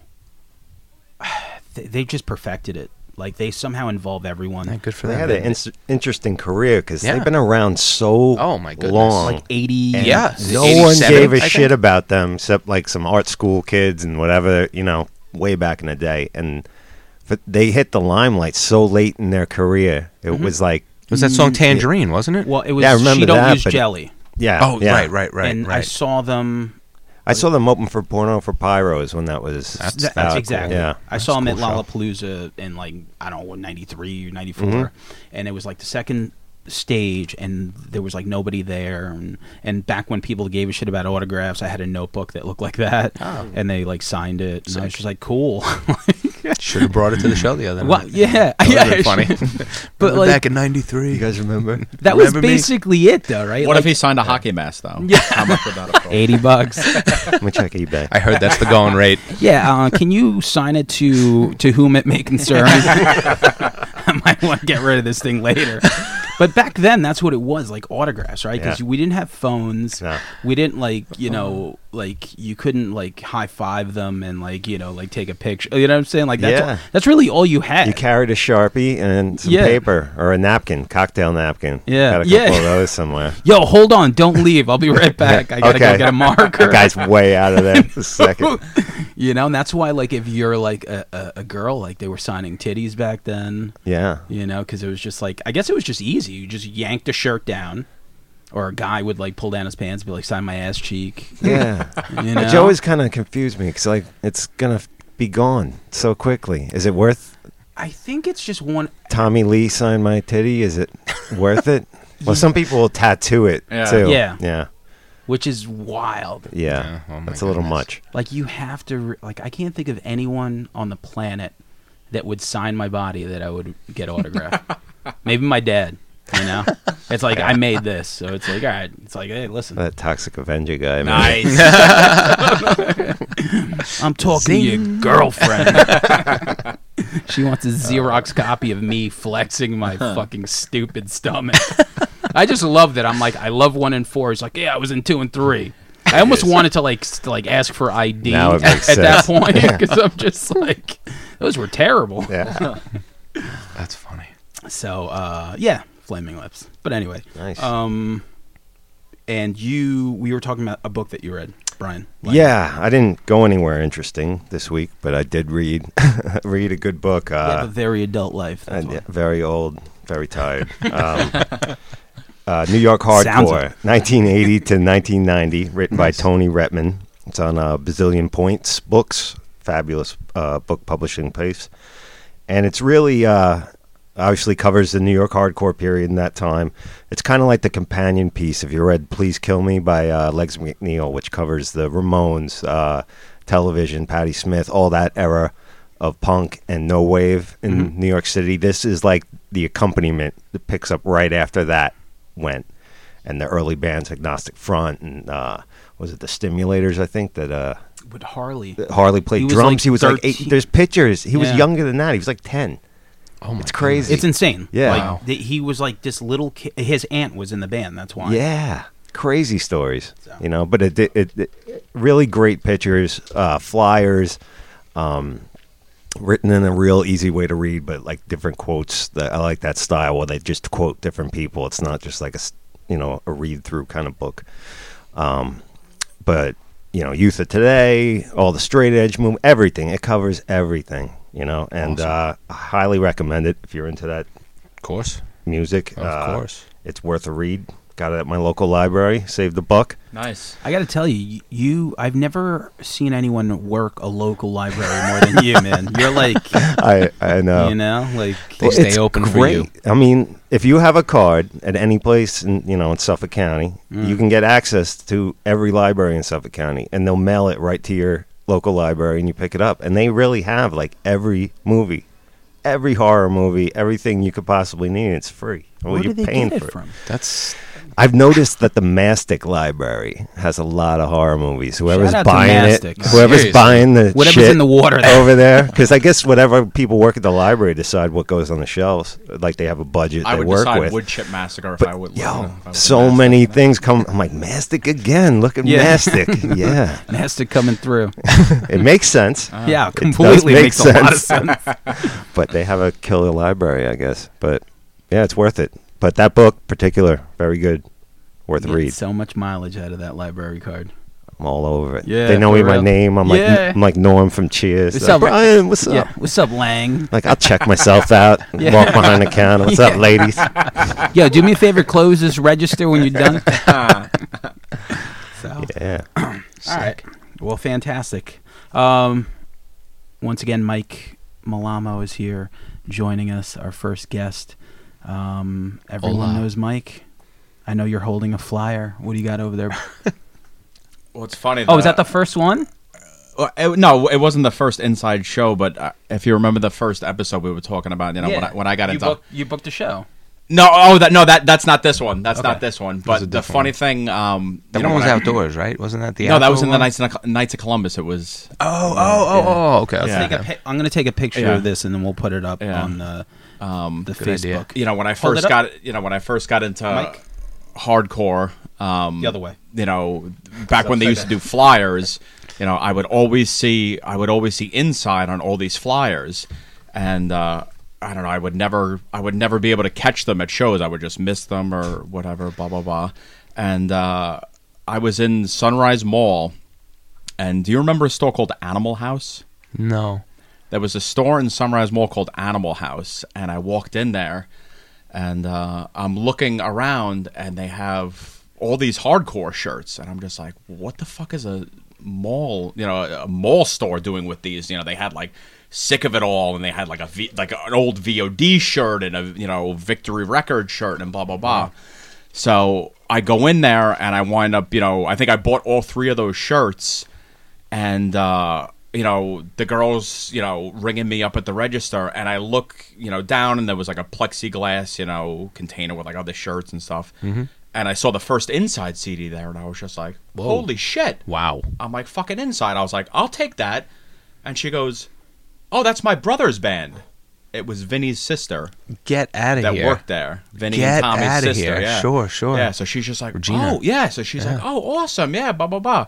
A: they- they've just perfected it Like they somehow involve everyone.
D: Yeah, good for
B: They
D: them.
B: had an ins- interesting career because
D: Yeah.
B: they've been around so
D: Oh, my goodness.
B: long.
A: like eighty.
B: And
D: Yeah.
B: no one
D: 87,
B: gave a
D: I think.
B: shit about them except like some art school kids and whatever, you know, way back in the day. And but they hit the limelight so late in their career. It
D: Mm-hmm.
B: was like,
D: was
A: E
D: that song Tangerine, wasn't it?
A: Well, it was.
B: Yeah, I remember
A: she don't
B: that,
A: use
B: but-
A: jelly.
B: yeah,
D: oh,
B: yeah.
D: right, right, right,
A: and I
D: right.
A: saw them.
B: I saw them open for Porno for Pyros when that was.
D: That's-
A: That-
B: out.
A: exactly.
D: <laughs>
B: Yeah,
A: I saw them
D: a
A: at
D: cool
A: Lollapalooza in like I don't know, ninety three or ninety and it was like the second stage, and there was like nobody there, and and back when people gave a shit about autographs, I had a notebook that looked like that, and they like signed it, and I was just like, cool. <laughs>
D: Should have brought it to the show the other night.
A: Well, yeah,
D: That
A: yeah,
D: would've been funny. <laughs>
A: But,
D: Remember
A: like-
D: back in '93,
B: you guys remember?
A: That was
D: Remember me?
A: basically it, though, right?
C: What
A: Like,
C: if he signed a hockey mask though? Yeah. How much would <laughs> that have cost?
A: eighty bucks?
B: Let me check eBay.
D: I heard that's the going rate.
A: yeah, uh, can you sign it to to whom it may
B: <laughs>
A: concern? I might want to get rid of this thing later. But back then, that's what it was like autographs, right? Because
B: Yeah. Uh-huh.
A: we didn't have phones.
B: No.
A: We didn't like you know like you couldn't like high five them and like you know like take a picture. You know what I'm saying? Like that's
B: Yeah.
A: all- that's really all you had.
B: You carried a sharpie and some
A: Yeah.
B: paper or a napkin, cocktail napkin.
A: Yeah.
B: got a couple
A: Yeah.
B: of those somewhere.
A: Yo, hold on! Don't leave. I'll be right back. I gotta go
B: <laughs> Okay.
A: get a marker.
B: That guy's way out
A: <laughs>
B: of there. The second.
A: you know, and that's why, like, if you're like a, a, a girl, like they were signing titties back then,
B: Yeah.
A: you know, because it was just like, I guess it was just easy. You just yanked a shirt down, or a guy would like pull down his pants, and be like, sign my ass cheek.
B: Yeah.
A: You know?
B: Which always kind of confused me because like it's gonna f- be gone so quickly. Is it worth
A: I think it's just one.
B: Tommy Lee sign my titty? Is it worth it? Well, some people will tattoo it
C: Yeah.
B: too.
A: Yeah.
B: yeah,
A: Which is wild.
B: yeah.
D: Yeah, oh my
B: That's a little
D: goodness.
B: much.
A: Like you have to. Re- like I can't think of anyone on the planet that would sign my body that I would get autographed. Maybe my dad. You know, it's like I made this, so it's like all right. It's like hey, listen,
B: That toxic Avenger guy. man.
C: <laughs> Nice.
A: I'm talking to your girlfriend. <laughs> Uh, she wants a Xerox copy of me flexing my fucking stupid stomach. I just love that. I'm like, I love one and four. He's like, yeah, I was in two and three. I almost wanted to like s- like ask for ID
B: Now it
A: at,
B: makes
A: at that
B: sense.
A: point because I'm just like, those were terrible. <laughs>
B: <laughs> Yeah.
D: That's funny.
A: So uh, yeah, flaming lips. But anyway,
B: Nice.
A: um, and you, we were talking about a book that you read, Brian. Lang.
B: yeah. I didn't go anywhere interesting this week, but I did read <laughs> read a good book.
A: You have
B: Uh,
A: a very adult life. That's
B: and,
A: why.
B: yeah, very old, very tired. <laughs> Um, uh, New York
A: Sounds
B: Hardcore,
A: it. <laughs>
B: 1980 to 1990, written by Tony Retman. It's on uh, Bazillion Points Books, fabulous uh, book publishing place, and it's really uh, obviously covers the New York Hardcore period in that time. It's kind of like the companion piece if you read "Please Kill Me" by uh, Legs McNeil, which covers the Ramones, uh, Television, Patti Smith, all that era of punk and no wave in
A: Mm-hmm.
B: New York City. This is like the accompaniment that picks up right after that went, and the early bands, Agnostic Front, and uh, was it the Stimulators? I think that uh,
A: But Harley.
B: that Harley played
A: He was,
B: drums.
A: like,
B: he was like eight.
A: 13.
B: There's pictures. He was
A: Yeah.
B: younger than that. He was like ten.
D: Oh my
B: It's crazy.
A: It's insane.
B: Yeah.
A: Like,
B: Wow.
A: th- he was like this little kid. His aunt was in the band. That's why.
B: Yeah, crazy stories.
A: So-
B: You know, but it, it, it- it- really great pictures, uh, flyers, um, written in a real easy way to read, but like different quotes. That I like that style where they just quote different people. It's not just like a s- you know a read through kind of book. Um, but you know, youth of today, all the straight edge movement, everything. It covers everything. You know, and uh, I highly recommend it if you're into that
D: Of course,
B: music.
D: of
B: Uh,
D: course.
B: it's worth a read. Got it at my local library. Saved the buck.
C: nice.
A: I got to tell you, y- you. I've never seen anyone work a local library more than you, man.
B: <laughs>
A: You're like,
B: I <laughs> I know.
A: you know, like.
D: They stay open for you.
B: uh, I mean, if you have a card at any place in you know in Suffolk County, you can get access to every library in Suffolk County, and they'll mail it right to your local library, and you pick it up. And they really have like every movie, every horror movie, everything you could possibly need. It's free. Well,
A: Where
B: you're
A: do they
B: paying
A: get it
B: for
A: from?
D: That's
B: I've noticed that the Mastic Library has a lot of horror movies. Whoever's
A: out to
B: buying it,
A: Mastic.
B: whoever's
D: Seriously.
B: buying the
A: Whatever's
B: shit
A: in the water there.
B: over there, because I guess whatever people work at the library decide what goes on the shelves. Like they have a budget
C: I
B: they
C: would
B: work
C: decide
B: with.
C: wood chip massacre if I would.
B: Yo,
C: if I would
B: so
C: massacre.
B: many things come. I'm like Mastic again. Look at
A: Yeah. <laughs>
B: Mastic. yeah,
A: Mastic coming through.
B: it makes sense.
A: yeah, completely
B: make
A: makes a lot of sense.
B: but they have a killer library, I guess. But yeah, it's worth it. But that book, particular, very good, worth a
A: You
B: read.
A: get so much mileage out of that library card.
B: I'm all over it.
A: Yeah,
B: they know
A: for
B: me by
A: real.
B: name. I'm
A: Yeah.
B: like I'm like Norm from Cheers.
A: It's
B: Like,
A: up-
B: Brian, what's up?
A: Yeah, what's up, Lang?
B: Like I'll
A: <laughs>
B: check myself out. and
A: Yeah.
B: Walk behind the counter. What's up,
A: Yeah. <laughs>
B: ladies?
A: Yo, do me a favor, close this register when you're
B: <laughs>
A: done.
C: Ah,
A: so,
B: Yeah.
A: all right. Well, fantastic. Um, once again, Mike Malamo is here joining us, our first guest. Um, everyone
D: Hola.
A: knows Mike. I know you're holding a flyer. What do you got over there?
C: Well, it's funny.
A: <laughs> Oh, is that the first one?
C: Well, it- no, it wasn't the first inside show, but uh, if you remember the first episode, we were talking about you know when I when I got
A: you
C: into
A: booked, you booked a show.
C: no oh that no that that's not this one that's
A: Okay.
C: not this one
D: a
C: but the
D: different
C: funny thing um
D: That
C: you know
D: one was
C: when I-
D: outdoors, right? Wasn't that the
C: no that was
D: outdoor
C: in the
D: one?
C: Knights of, Knights of Columbus it was
D: Oh, oh, oh, oh. Okay. okay,
C: Yeah.
A: Take a
D: okay.
A: pic- I'm going to take a picture
C: Yeah.
A: of this and then we'll put it up
C: Yeah.
A: on the
C: um
A: the
D: Good idea.
A: Facebook.
C: you know when I
A: Hold it
C: first
A: up.
C: got you know when I first got into
A: Mike?
C: hardcore um
A: The other way.
C: you know back when they
A: upside
C: used to do flyers you know I would always see I would always see inside on all these flyers and uh I don't know. I would never, I would never be able to catch them at shows. I would just miss them or whatever. Blah blah blah. And uh, I was in Sunrise Mall. And do you remember a store called Animal House?
D: No.
C: there was a store in Sunrise Mall called Animal House, and I walked in there, and uh, I'm looking around, and they have all these hardcore shirts, and I'm just like, what the fuck is a mall, you know, a mall store doing with these? You know, they had like sick of it all, and they had like a v- like an old VOD shirt and a you know Victory Record shirt and blah blah blah. So I go in there and I wind up, you know, I think I bought all three of those shirts and uh, you know the girls you know ringing me up at the register and i look you know down and there was like a plexiglass you know container with like other shirts and stuff and i saw the first inside cd there and i was just like holy shit
D: Wow.
C: i'm like fucking inside i was like i'll take that and she goes oh that's my brother's band it was vinny's sister
D: Get out of
C: that
D: here.
C: worked there. Vinny
D: Get
C: and Tommy's
D: outta
C: sister.
D: here.
C: Yeah.
D: Sure, sure.
C: Yeah. So she's just like,
D: Regina.
C: oh yeah. So she's like, oh awesome, yeah, blah blah blah.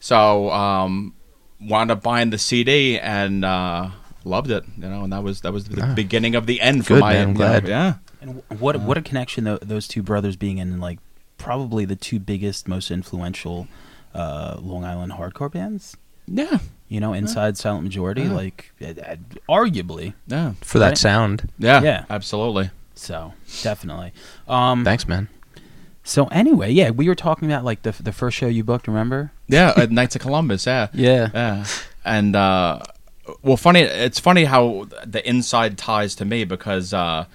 C: So um, wound up buying the CD and uh, loved it. You know, and that was that was the beginning of the end
D: Ah.
C: for
D: Good,
C: my
D: man. I'm
C: you know,
D: glad.
C: yeah.
A: And wh- what
C: Um,
A: what a connection tho- those two brothers being in like probably the two biggest, most influential uh, Long Island hardcore bands.
C: Yeah.
A: You know, inside Silent Majority,
C: Yeah.
A: like uh, uh, arguably.
C: Yeah.
D: For that
A: Right.
D: sound.
C: Yeah.
A: Yeah.
C: Absolutely.
A: So definitely. Um,
D: Thanks, man.
A: so anyway, yeah, we were talking about like the f- the first show you booked. Remember?
C: Yeah. At Knights of Columbus. Yeah.
A: Yeah.
C: Yeah. And uh well funny it's funny how the inside ties to me because uh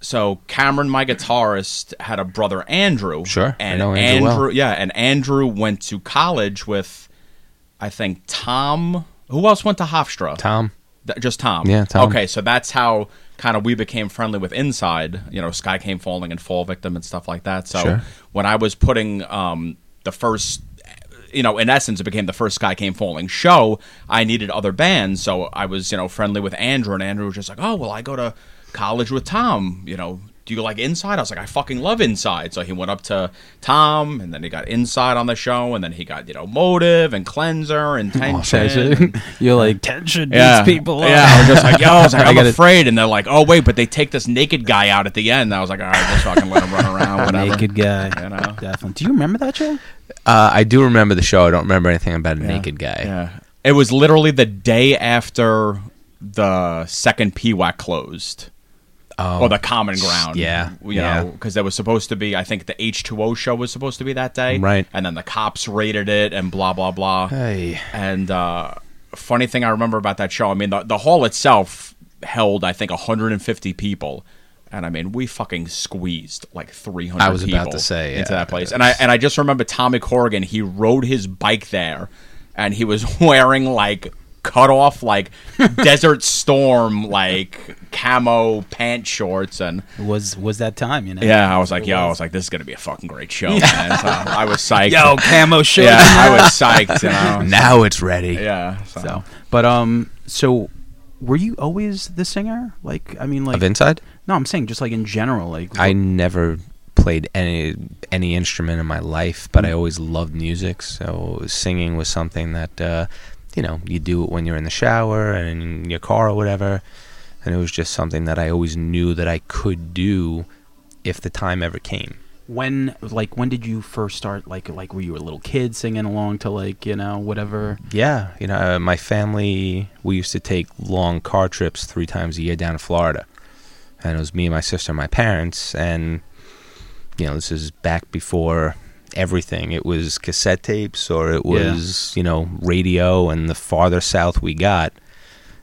C: so Cameron my guitarist had a brother Andrew.
D: Sure, I
C: And
D: know Andrew
C: Andrew,
D: well.
C: yeah, and Andrew went to college with I think Tom who else went to Hofstra?
D: Tom.
C: Th- just Tom.
D: Yeah, Tom.
C: Okay, so that's how kind of we became friendly with Inside. You know, Sky Came Falling and Fall Victim and stuff like that. So
D: Sure.
C: when I was putting um, the first, you know, in essence, it became the first Sky Came Falling show. I needed other bands, so I was you know friendly with Andrew, and Andrew was just like, "Oh, well, I go to college with Tom. You know, do you like Inside?" I was like, "I fucking love Inside." So he went up to Tom, and then he got Inside on the show, and then he got you know Motive and Cleanser and Tension. and-
A: <laughs> You're like tension beats people. up."
C: yeah, I was just like, yo,
A: <laughs>
C: I was like, I'm
D: gotta-
C: afraid. And they're like, oh, wait, but they take this naked guy out at the end. I was like, all right, just fucking let him run
A: <laughs>
C: around, whatever.
A: Naked guy.
C: You know?
A: Definitely. Do you remember that show?
D: Uh, I do remember the show. I don't remember anything about a
C: Yeah.
D: naked guy.
C: Yeah. It was literally the day after the second PWAC closed.
D: Oh,
C: or the common ground.
D: yeah,
C: You
D: yeah.
C: know, because there was supposed to be, I think the H2O show was supposed to be that day.
D: Right.
C: And then the cops raided it and blah, blah, blah.
D: Hey.
C: And uh, funny thing I remember about that show, I mean, the, the hall itself held, I think, 150 people. And I mean, we fucking squeezed like 300
D: I was about
C: people
D: to say,
C: into
D: yeah,
C: that place.
D: it
C: And I,
D: was-
C: and I just remember Tommy Corrigan, he rode his bike there and he was <laughs> wearing like cut
D: <laughs>
C: off like desert storm like camo pant shorts and
A: was was that time, you know?
C: yeah, I was like, yo, I was like, this is gonna be a fucking great
D: <laughs>
C: show, man. So I was psyched.
A: Yo, <laughs> camo shirt.
C: <laughs> yeah, I was psyched. You
D: <laughs>
C: know?
D: Now it's ready.
C: Yeah, so.
A: So, but um, so were you always the singer? Like, I mean, like,
D: Of Inside?
A: no, I'm saying just like in general, like,
D: I never played any any instrument in my life, but I always loved music. So singing was something that uh, you know you do it when you're in the shower and in your car or whatever. And it was just something that I always knew that I could do if the time ever came.
A: when, like, when did you first start? Like, like, were you a little kid singing along to like, you know, whatever?
D: Yeah, you know, uh, my family we used to take long car trips three times a year down to Florida, and it was me and my sister and my parents. And you know, this is back before everything. It was cassette tapes or it
A: Yeah.
D: was you know radio. And the farther south we got,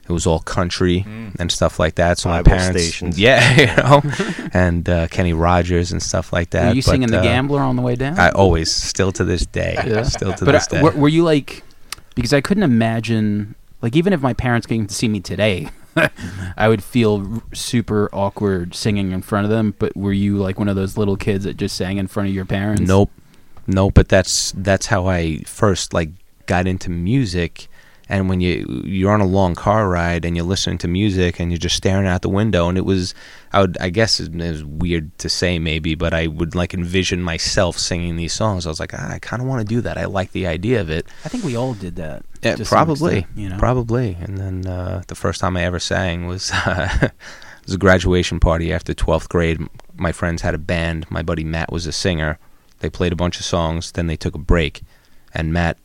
D: it was all country
A: Mm.
D: and stuff like that. So
B: Bible
D: my parents,
B: stations.
D: yeah, <laughs> you
A: <laughs>
D: know, and uh, Kenny Rogers and stuff like that.
A: were you
D: But,
A: singing the
D: uh,
A: Gambler on the way down?
D: I always, still to this day,
A: Yeah.
D: still to
A: but
D: this
A: uh,
D: day.
A: were, were you like because i couldn't imagine like even if my parents came to see me today <laughs> i would feel r- super awkward singing in front of them but were you like one of those little kids that just sang in front of your parents
D: Nope, nope. But that's that's how I first like got into music. And when you you're on a long car ride and you're listening to music and you're just staring out the window, and it was, I would I guess it was weird to say maybe, but I would like envision myself singing these songs. I was like, ah, I kind of want to do that. I like the idea of it.
A: i think we all did that
D: Yeah,
A: to some
D: probably,
A: extent, you know
D: probably. And then uh, the first time I ever sang was <laughs> uh, it was a graduation party after twelfth grade. M- My friends had a band. My buddy Matt was a singer. They played a bunch of songs. Then they took a break, and Matt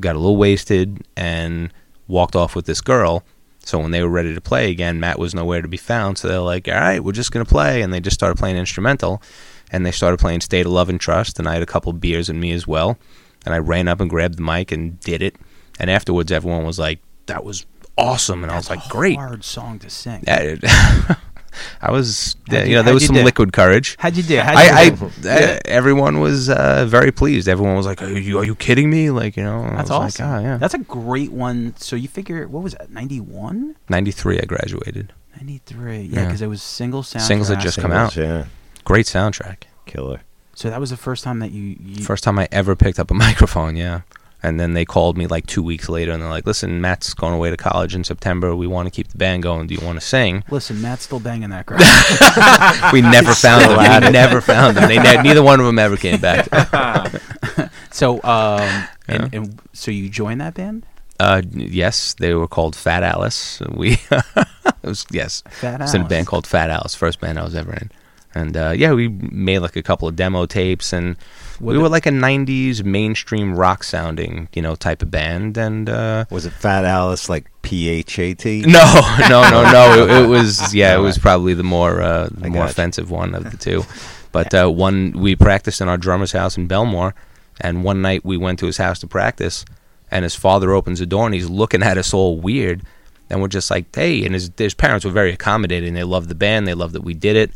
D: got a little wasted and walked off with this girl. So when they were ready to play again, Matt was nowhere to be found. So they're like, "All right, we're just gonna play," and they just started playing instrumental, and they started playing "State of Love and Trust." And I had a couple beers in me as well, and I ran up and grabbed the mic and did it. And afterwards, everyone was like, "That was awesome," and I was like, "Great!"
A: hard song to sing
D: I <laughs> I was,
A: How'd you-
D: you know, there
A: how'd
D: was
A: you
D: some
A: do?
D: liquid courage.
A: how'd you do how'd you
D: I,
A: do?
D: I uh, everyone was uh, very pleased. Everyone was like, "Are you, are you kidding me?" Like, you know,
A: that's
D: I was
A: awesome
D: Like, oh, yeah.
A: that's a great one so you figure what was that 91
D: Ninety three, I graduated.
A: 93 yeah
D: Yeah.
A: because it was single sound
D: Singles had just come out.
B: Yeah,
D: Great soundtrack.
B: killer.
A: so that was the first time that you, you
D: First time I ever picked up a <laughs> microphone, yeah. And then they called me like two weeks later and they're like, listen, Matt's going away to college in September. We want to keep the band going. Do you want to sing?
A: listen matt's still banging
D: <laughs>
A: that girl <laughs>
D: We never found them. We never found them. They ne- neither one of them ever came
A: <laughs>
D: back.
A: So, um, and,
D: Yeah.
A: and so you joined that band,
D: Uh, yes, they were called Fat Alice. <laughs> We, it was, yes,
A: Fat
D: It's in a
A: Alice.
D: band called Fat Alice, first band I was ever in. And uh, yeah, we made like a couple of demo tapes, and
A: What
D: we
A: the-
D: were like a '90s mainstream rock sounding, you know, type of band.
A: <laughs>
D: And uh,
B: Was it Fat Alice like P H A T?
D: No, <laughs> no, no, no. It, it was yeah, it was probably the more uh, the
B: I
D: more
B: gotcha.
D: offensive one of the two. But uh, one we practiced in our drummer's house in Belmore, and one night we went to his house to practice, and his father opens the door and he's looking at us all weird, and we're just like, hey. And his his parents were very accommodating. They loved the band. They loved that we did it.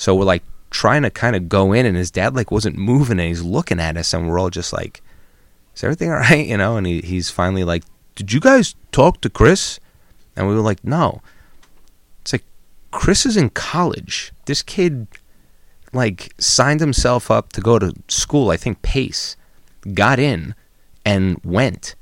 D: So we're like trying to kind of go in, and his dad like wasn't moving, and he's looking at us, and we're all just like is everything all right? You know, and he, he's finally like, did you guys talk to Chris? And we were like, no. It's like, Chris is in college. This kid, like, signed himself up to go to school, I think Pace, got in and went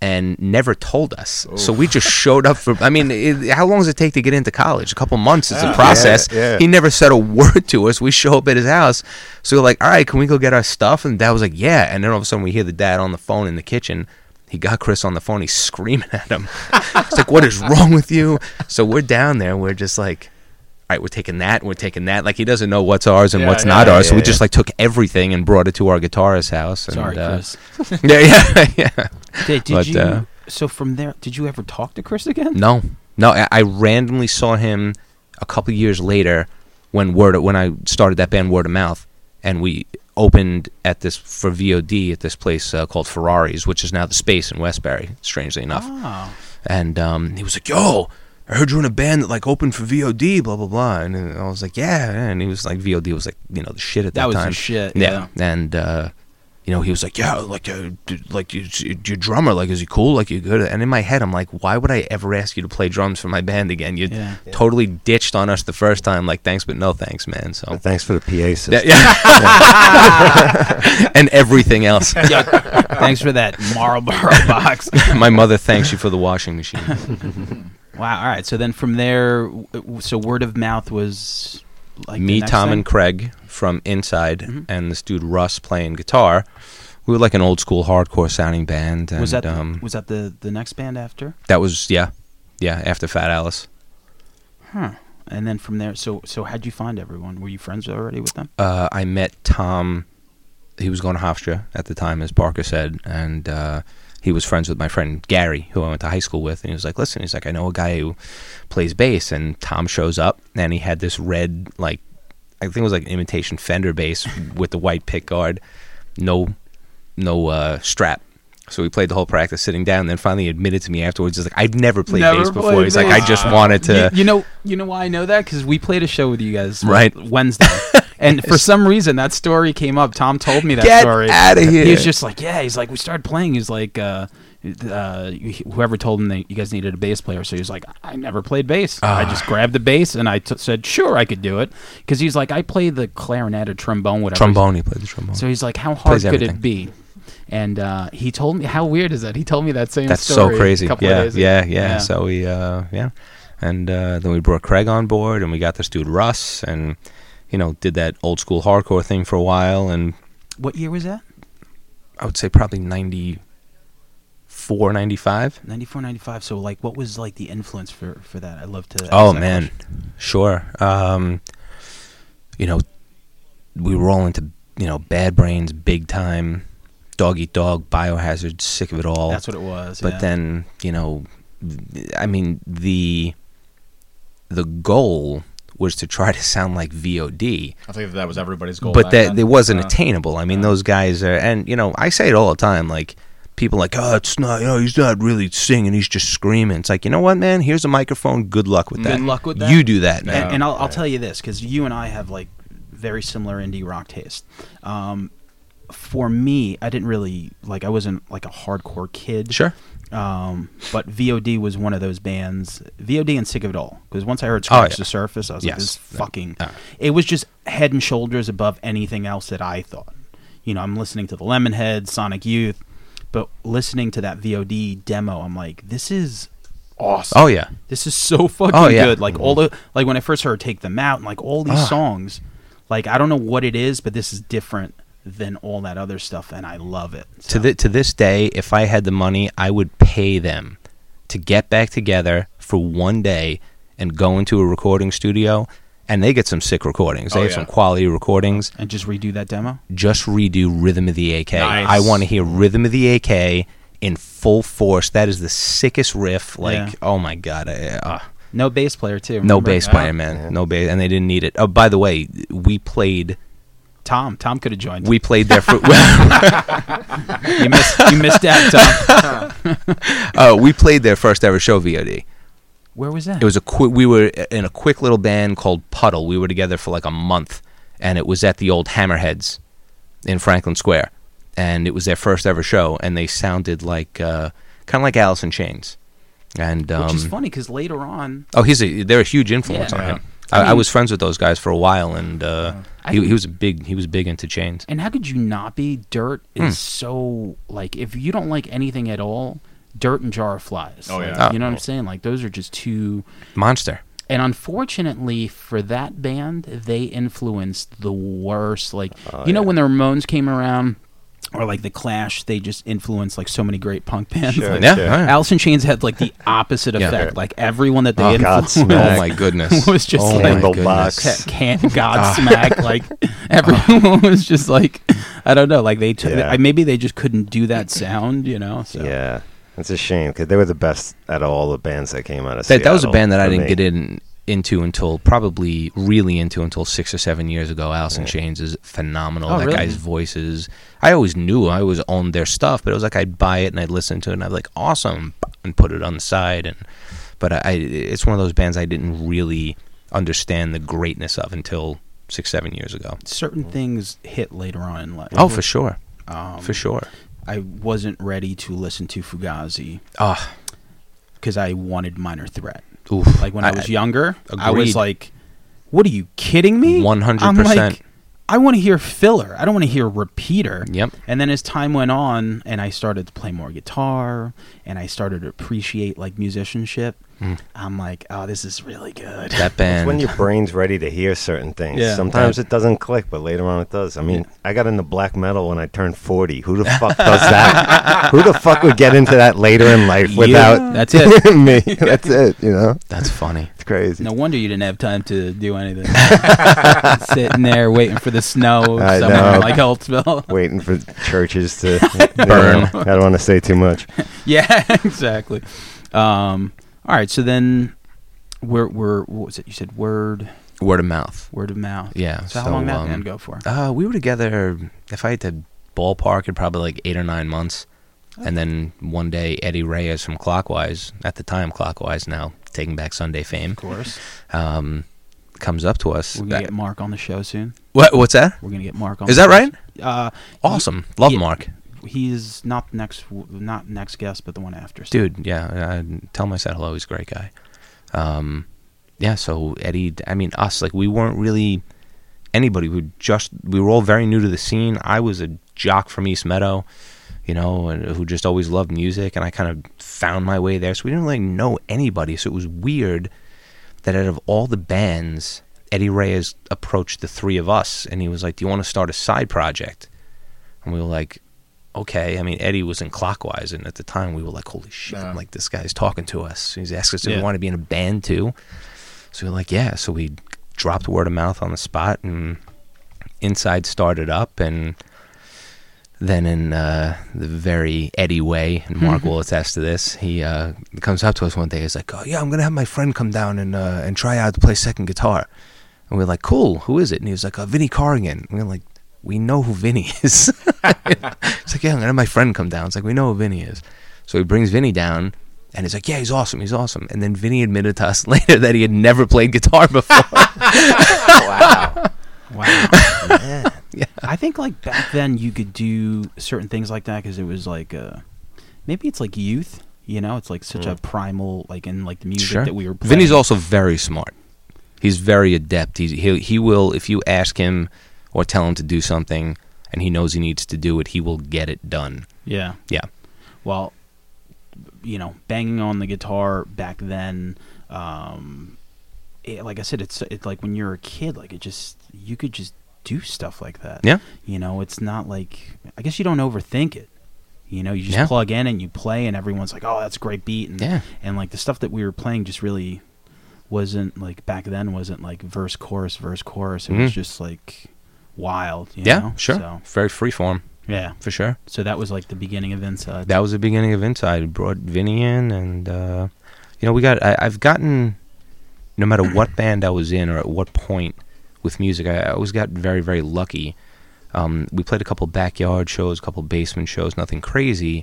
D: and never told us. So we
B: Oh.
D: just showed up for, I mean, it, how long does it take to get into college? A couple months is a process.
B: yeah.
D: He never said a <laughs> word to us. We show up at his house. So we're like, all right, can we go get our stuff? And dad was like, yeah. And then all of a sudden we hear the dad on the phone in the kitchen. He got Chris on the phone. He's screaming at him. it's like, what is wrong with you? So we're down there. We're just like, all right, we're taking that. We're taking that. Like he doesn't know what's ours and
C: Yeah,
D: what's
C: yeah,
D: not
B: yeah,
D: ours. so we
B: yeah,
D: just like took everything and brought it to our guitarist's house. And,
A: Sorry,
D: uh,
A: Chris.
D: <laughs> Yeah, yeah, <laughs> yeah.
A: Did, did
D: but,
A: you?
D: uh,
A: so from there, did you ever talk to Chris again?
D: No, no. I, I randomly saw him a couple years later when word when I started that band Word of Mouth, and we opened at this for VOD at this place uh, called Ferraris, which is now the Space in Westbury. Strangely enough,
A: Oh,
D: and um, he was like, "Yo, I heard you're in a band that like opened for VOD, blah blah blah." And uh, I was like, "Yeah," and he was like, "VOD was like you know the shit at
A: That
D: that,
A: was the
D: time."
A: shit, yeah.
D: and uh, you know, he was like, "Yeah, like, uh, d- like you- your drummer, like, is he cool? Like, you good?" And in my head, I'm like, "Why would I ever ask you to play drums for my band again? You
A: Yeah.
D: totally ditched on us the first time. Like, thanks, but no thanks, man." So,
B: But thanks for the PA system.
D: <laughs> Yeah, yeah. <laughs> and everything else. <laughs>
A: Thanks for that Marlboro box.
D: my mother thanks you for the washing machine.
A: Wow. All right. So then from there, w- w- so word of mouth was like the
D: me,
A: next
D: Tom,
A: thing? Mm-hmm.
D: and Craig from Inside, and this dude Russ playing guitar. We were like an old school hardcore sounding band. And,
A: was that the-
D: um,
A: was that the the next band after?
D: that was yeah, yeah. After Fat Alice,
A: Huh. And then from there, so so how'd you find everyone? Were you friends already with them?
D: uh, I met Tom. He was going to Hofstra at the time, as Barker said, and uh, he was friends with my friend Gary, who I went to high school with. And he was like, "Listen, he's like, I know a guy who plays bass." And Tom shows up, and he had this red, like, I think it was like an imitation Fender bass <laughs> with the white pick guard, no, no uh, strap. So we played the whole practice sitting down. And then finally, he admitted to me afterwards, he's like, "I've never played
A: Never
D: bass before."
A: played
D: he's
A: bass.
D: like, "I just wanted to."
A: you, you know, you know why I know that because we played a show with you guys
D: Right. <laughs>
A: Wednesday, and for some reason that story came up. Tom told me that
D: Get
A: story.
D: outta
A: He
D: here.
A: was just like, yeah. He's like, we started playing. He's like, uh, uh, whoever told him that you guys needed a bass player, so he was like, I never played bass.
D: Ah.
A: I just grabbed the bass and I t- said, sure, I could do it because he's like, I play the clarinet or trombone, whatever.
D: trombone. He played the trombone.
A: So he's like, how hard
D: Plays
A: could
D: everything.
A: it be? And uh, he told me, how weird is that? He told me that same.
D: That's
A: story
D: so crazy.
A: A couple
D: Yeah,
A: of days
D: yeah, yeah,
A: ago.
D: So we, uh, yeah, and uh, then we brought Craig on board, and we got this dude Russ, and you know, did that old school hardcore thing for a while, and
A: what year was that?
D: I would say probably 94, 95.
A: 94 95 so like what was like the influence for for that i love to ask
D: Oh
A: that
D: man,
A: question.
D: sure. Um, you know, we were all into you know Bad Brains, Big Time, Dog Eat Dog, Biohazard, sick of it all.
A: that's what it was
D: but
A: yeah.
D: then you know i mean the the goal was to try to sound like VOD
C: I think that was everybody's goal.
D: but
C: back
D: that
C: then.
D: it wasn't
C: Uh,
D: attainable i mean
C: yeah.
D: those guys are and you know i say it all the time like people like oh it's not you know he's not really singing he's just screaming it's like you know what man here's a microphone good luck with
A: Good
D: that
A: luck with that.
D: you do that
A: and,
D: now
A: and I'll, I'll tell you this because you and i have like very similar indie rock taste um for me i didn't really like i wasn't like a hardcore kid
D: sure
A: um but vod was one of those bands vod and sick of it all because once i heard
D: Oh,
A: scratch
D: yeah.
A: the surface i was like
D: Yes.
A: this
D: Yeah.
A: fucking
D: Ah.
A: it was just head and shoulders above anything else that I thought. You know, I'm listening to the Lemonheads, Sonic Youth, but listening to that VOD demo, I'm like, this is awesome.
D: oh yeah
A: This is so <laughs> fucking
D: Oh, yeah.
A: good. Like all the like when I first heard Take Them Out and like all these
D: Ah.
A: songs, like I don't know what it is, but this is different than all that other stuff and I love it.
D: to thi- to this day, if I had the money, I would pay them to get back together for one day and go into a recording studio. And they get some sick recordings. They
C: Oh,
D: have
C: yeah.
D: some quality recordings.
A: and just redo that demo.
D: Just redo Rhythm of the AK.
C: Nice.
D: I want to hear Rhythm of the AK in full force. That is the sickest riff. Like,
A: Yeah.
D: oh my god, I, uh,
A: No bass player too.
D: no
A: remember?
D: bass player, man, no bass, and they didn't need it. Oh, by the way, we played.
A: Tom. Tom could have joined.
D: We played
C: <laughs>
D: there for.
A: you missed you missed out, Tom.
D: <laughs> uh, we played their first ever show VOD.
A: Where was that?
D: It was a quick. We were in a quick little band called Puddle. We were together for like a month, and it was at the old Hammerheads in Franklin Square, and it was their first ever show, and they sounded like uh, kind of like Alice in Chains, and um,
A: Which is funny because later on,
D: oh, he's a they're a huge influence
A: Yeah.
D: on him.
A: Yeah.
D: I,
A: I
D: I
A: mean-
D: was friends with those guys for a while, and uh,
A: I
D: he,
A: think-
D: he was big. He was big into Chains.
A: and how could you not be? Dirt
D: Hmm.
A: is so like if you don't like anything at all, Dirt and Jar of Flies.
C: Oh,
A: Like,
C: yeah.
A: you know
D: Ah.
A: what I'm saying? Like those are just two.
D: Monster.
A: And unfortunately for that band, they influenced the worst. Like
D: Oh,
A: you know when the Ramones came around, or like the Clash, they just influenced like so many great punk bands.
B: Sure.
A: Like,
D: Yeah.
B: Yeah.
D: all right.
A: Alice in Chains had like the opposite
D: Yeah.
A: effect. Like everyone that they
D: Oh,
B: God,
A: influenced
D: Oh
B: Smack.
A: <laughs>
D: my goodness.
A: was just
D: oh
A: like-
D: my
B: Candle
D: goodness.
B: box.
A: Ca- can't
D: <laughs>
A: God smack like everyone <laughs> was just like I don't know like they took
B: Yeah.
A: I maybe they just couldn't do that sound you know so
B: Yeah, it's a shame because they were the best out of all the bands that came out of.
D: That, that was a
B: Seattle
D: band that I
B: for
D: didn't
B: me.
D: get in into until probably really into until six or seven years ago. Alice in Chains is phenomenal.
A: Oh,
D: that
A: really?
D: guy's voices. I always knew I always owned their stuff, but it was like I'd buy it and I'd listen to it and I'd be like awesome and put it on the side. And but I, I it's one of those bands I didn't really understand the greatness of until six seven years ago.
A: certain things hit later on in life
D: Oh, for sure.
A: Um,
D: for sure.
A: I wasn't ready to listen to Fugazi
D: Ah,
A: because I wanted Minor Threat.
D: oof.
A: Like when I, was younger, I
D: Agreed.
A: was like, "What are you kidding me?" I'm
D: 100%.
A: like, I want to hear filler. I don't want to hear repeater.
D: Yep.
A: And then as time went on, and I started to play more guitar, and I started to appreciate like musicianship. I'm like, "Oh, this is really good." <laughs>
D: that
B: It's
D: band.
B: when your brain's ready to hear certain things.
A: Yeah.
B: Sometimes it doesn't click, but later on it does. I mean, I got into black metal when I turned 40. Who the
A: <laughs>
B: fuck does that? Who the fuck would get into that later in life
D: You.
B: without
A: That's
B: <laughs>
A: it.
B: me? That's it, you know?
D: That's funny.
B: It's
A: <laughs>
B: crazy.
A: No wonder you didn't have time to do anything. Sitting there waiting for the snow
B: I
A: somewhere
B: know.
A: like <laughs> Holtzville.
B: Waiting for
A: <laughs>
B: churches to burn. I don't want to say too much.
A: yeah, <laughs> exactly. Um, all right, so then we're we're what was it? You said word
D: Word of mouth.
A: word of mouth.
D: Yeah,
A: So, how
D: so,
A: long that
D: um,
A: band go for?
D: Uh, we were together. If I had to ballpark, it probably like eight or nine months. And then one day, Eddie Reyes from Clockwise, at the time Clockwise, now Taking Back Sunday fame,
A: Of
D: <laughs>
A: course,
D: um, comes up to us.
A: we're gonna
D: That-
A: get Mark on the show soon.
D: what, what's that?
A: We're gonna get Mark on.
D: Is
A: the
D: that right?
A: show. Uh,
D: Awesome. Love
A: yeah.
D: Mark.
A: he's not the next not next guest, but the one after. So
D: Dude, yeah. I, tell him I said hello. He's a great guy. Um, yeah, so Eddie, I mean, us, like, we weren't really anybody. We just, we were all very new to the scene. I was a jock from East Meadow, you know, and who just always loved music, and I kind of found my way there. So we didn't really know anybody. So it was weird that out of all the bands, Eddie Reyes approached the three of us and he was like, Do you want to start a side project? And we were like, Okay. I mean, Eddie was in Clockwise, and at the time we were like, Holy shit,
C: Yeah.
D: like this guy's talking to us. He's asking us if
A: Yeah.
D: we want to be in a band too. So we're like, Yeah. So we dropped word of mouth on the spot and Inside started up and then in uh, the very Eddie way, and Mark will attest to this, he uh, comes up to us one day. He's like, "Oh yeah, I'm gonna have my friend come down and uh, and try out to play second guitar," and we're like, "Cool, who is it?" And he was like, uh, "Vinny Corrigan." And we're like, "We know who Vinny is." <laughs> it's like, "Yeah, I'm gonna have my friend come down." It's like, "We know who Vinny is," so he brings Vinny down. And he's like, yeah, he's awesome, he's awesome. And then Vinny admitted to us <laughs> later that he had never played
A: <laughs>
D: guitar before. <laughs>
A: wow.
B: Yeah.
A: I think like back then you could do certain things like that because it was like uh, maybe it's like youth. You know, it's like such a primal like in like the music that we were. Playing.
D: Hmm. <laughs> Vinny's also very smart. He's very adept. He's, he he will if you ask him or tell him to do something and he knows he needs to do it, he will get it done.
A: yeah.
D: Yeah.
A: well, you know, banging on the guitar back then, um, it, like I said, it's it's like when you're a kid, like it just you could just do stuff like that.
D: Yeah.
A: you know, it's not like I guess you don't overthink it. You know, you just
D: Yeah.
A: plug in and you play, and everyone's like, "Oh, that's a great beat," and
D: Yeah.
A: and like the stuff that we were playing just really wasn't like back then wasn't like verse chorus verse chorus. It was
D: Mhm.
A: just like wild. You
D: yeah,
A: know?
D: sure.
A: So,
D: Very free form,
A: yeah,
D: for sure.
A: so that was like the beginning of Inside.
D: uh, That was the beginning of Inside. We brought Vinny in and uh, you know, we got I, I've gotten no matter what band I was in or at what point with music, I, I always got very, very lucky. Um, we played a couple backyard shows, a couple basement shows, nothing crazy.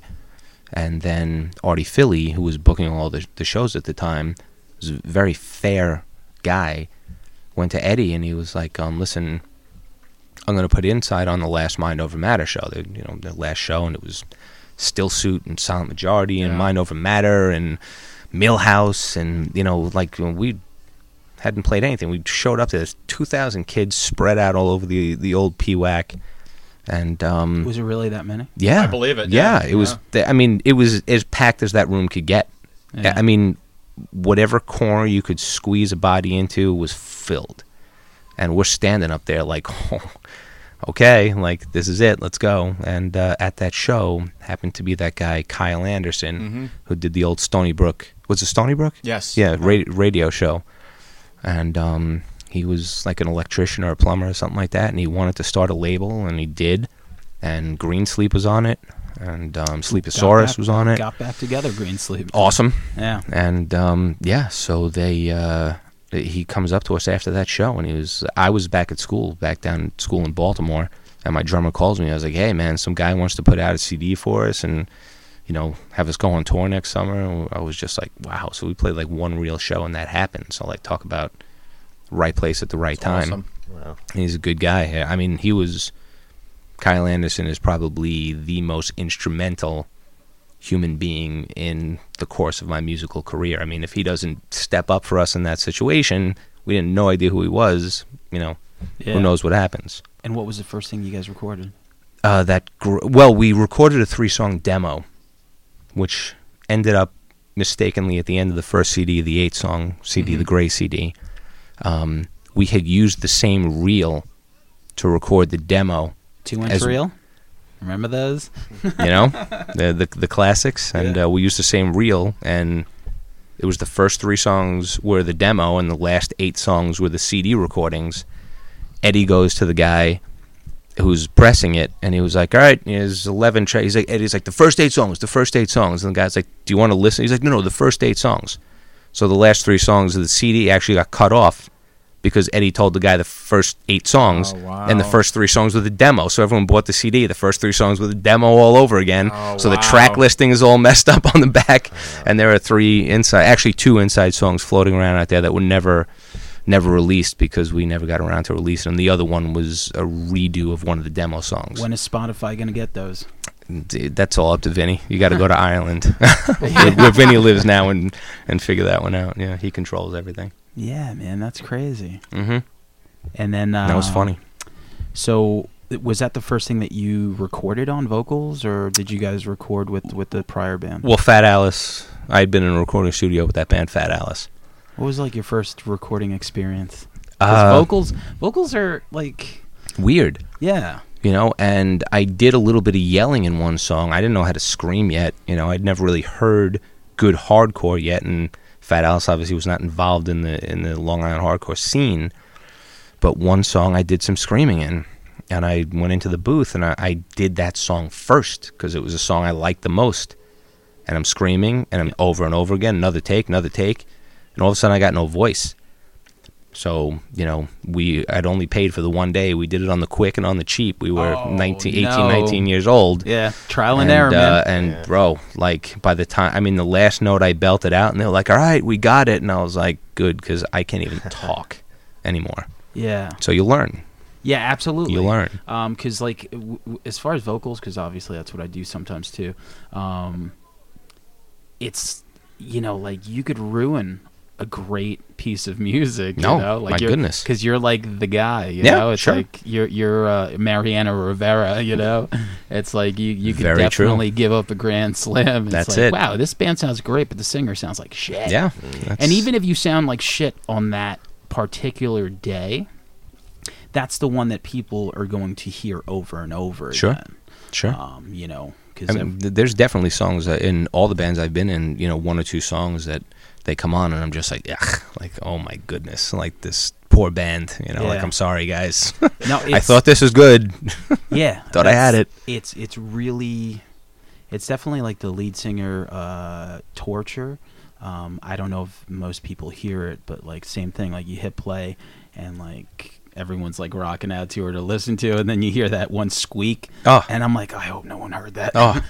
D: And then Artie Philly, who was booking all the, the shows at the time, was a very fair guy, went to Eddie and he was like, um, listen, I'm going to put Inside on the last Mind Over Matter show. They, you know, their last show, and it was Still Suit and Silent Majority and
C: Yeah.
D: Mind Over Matter and Millhouse and, you know, like you know, we hadn't played anything. We showed up to this 2,000 kids spread out all over the, the old PWAC. And um,
A: Was it really that many?
D: yeah,
C: I believe it,
D: Yeah,
C: yeah,
D: it was.
C: yeah.
D: th- I mean, it was as packed as that room could get.
A: Yeah.
D: I mean, whatever corner you could squeeze a body into was filled, and we're standing up there like, <laughs> okay, like this is it, let's go. And uh, at that show, happened to be that guy Kyle Anderson who did the old Stony Brook. Was it Stony Brook?
C: Mm-hmm. Yes.
D: Yeah, ra- radio show. And um, he was like an electrician or a plumber or something like that, and he wanted to start a label, and he did. And Green Sleep was on it, and um, Sleeposaurus
A: back-
D: was on it.
A: Got back together, Green Sleep.
D: Awesome.
A: Yeah.
D: And um, yeah, so they uh, he comes up to us after that show, and he was I was back at school, back down at school in Baltimore, and my drummer calls me. I was like, "Hey, man, some guy wants to put out a CD for us, and you know, have us go on tour next summer." And I was just like, "Wow!" So we played like one real show, and that happened. So like, talk about right place at the right time.
C: Awesome.
B: Wow.
D: He's a good guy. I mean, he was Kyle Anderson is probably the most instrumental human being in the course of my musical career. I mean, if he doesn't step up for us in that situation, we didn't no idea who he was. You know,
A: Yeah.
D: who knows what happens.
A: And what was the first thing you guys recorded?
D: Uh, that gr- well, we recorded a three-song demo, which ended up mistakenly at the end of the first CD, the eight-song CD, the Gray CD. Um, we had used the same reel to record the demo,
A: Two inch
D: As-
A: reel. Remember those?
D: you know, the, the the classics, and
A: Yeah.
D: uh, we used the same reel, and it was the first three songs were the demo, and the last eight songs were the CD recordings. Eddie goes to the guy who's pressing it, and he was like, "All right, here's eleven tracks." He's like, "Eddie's like the first eight songs, the first eight songs," and the guy's like, "Do you want to listen?" He's like, "No, no, the first eight songs." So the last three songs of the CD actually got cut off because Eddie told the guy the first eight songs,
C: Oh, wow.
D: and the first three songs were the demo. So everyone bought the CD. The first three songs were the demo all over again.
C: Oh,
D: so the
C: wow.
D: track listing is all messed up on the back, and there are three inside, actually two inside songs floating around out there that were never, never released because we never got around to releasing them. The other one was a redo of one of the demo songs.
A: When is Spotify gonna get those?
D: Dude, that's all up to Vinny. You got to go to Ireland, <laughs> where, where Vinny lives now, and and figure that one out. Yeah, he controls everything.
A: Yeah, man, that's crazy.
D: Mm-hmm.
A: And then uh,
D: that was funny.
A: So th- was that the first thing that you recorded on vocals, or did you guys record with with the prior band?
D: Well, Fat Alice. I had been in a recording studio with that band, Fat Alice.
A: What was like your first recording experience? 'Cause
D: Uh,
A: vocals, vocals are like,
D: weird,
A: yeah,
D: you know. And I did a little bit of yelling in one song. I didn't know how to scream yet. You know, I'd never really heard good hardcore yet, and Fat Alice obviously was not involved in the in the Long Island hardcore scene. But one song I did some screaming in, and I went into the booth and I, I did that song first because it was a song I liked the most. And I'm screaming and I'm over and over again, another take, another take, and all of a sudden I got no voice. So you know, we I'd only paid for the one day. We did it on the quick and on the cheap. We were
A: Oh,
D: nineteen, eighteen, nineteen 18,
A: no.
D: 19 years old.
A: yeah, trial and, error, man.
D: uh, and bro, like by the time I mean the last note I belted out, and they were like, "All right, we got it," and I was like, "Good," because I
A: <laughs>
D: can't even talk anymore.
A: yeah,
D: So you learn,
A: yeah, absolutely.
D: you learn.
A: Um, 'cause cause like w- w- as far as vocals, cause obviously that's what I do sometimes too. Um, it's you know like you could ruin a great piece of music.
D: No,
A: you know? like
D: my
A: you're,
D: goodness.
A: cause you're like the guy. You
D: Yeah,
A: know? it's
D: sure.
A: like you're you're uh, Mariana Rivera. You know, <laughs> it's like you you could
D: Very true.
A: definitely give up a grand slam. It's
D: That's
A: like,
D: it.
A: Wow, this band sounds great, but the singer sounds like shit.
D: Yeah,
A: And even if you sound like shit on that particular day, that's the one that people are going to hear over and over
D: Sure.
A: again.
D: sure.
A: Um, you know,
D: I
A: because
D: mean, th- Ah, there's definitely songs that in all the bands I've been in, you know, one or two songs that they come on and I'm just like, ugh, like oh my goodness, like this poor band, you know, like
A: Yeah.
D: I'm sorry guys, <laughs>
A: no,
D: I
A: it's-
D: thought this
A: <laughs>
D: was good.
A: yeah,
D: thought I had
A: that's-
D: it.
A: It's it's really, it's definitely like the lead singer uh, torture. Um, I don't know if most people hear it, but like same thing. Like you hit play, and like everyone's like rocking out to her to listen to, and then you hear that one squeak,
D: Oh,
A: and I'm like, I hope no one heard that.
D: oh,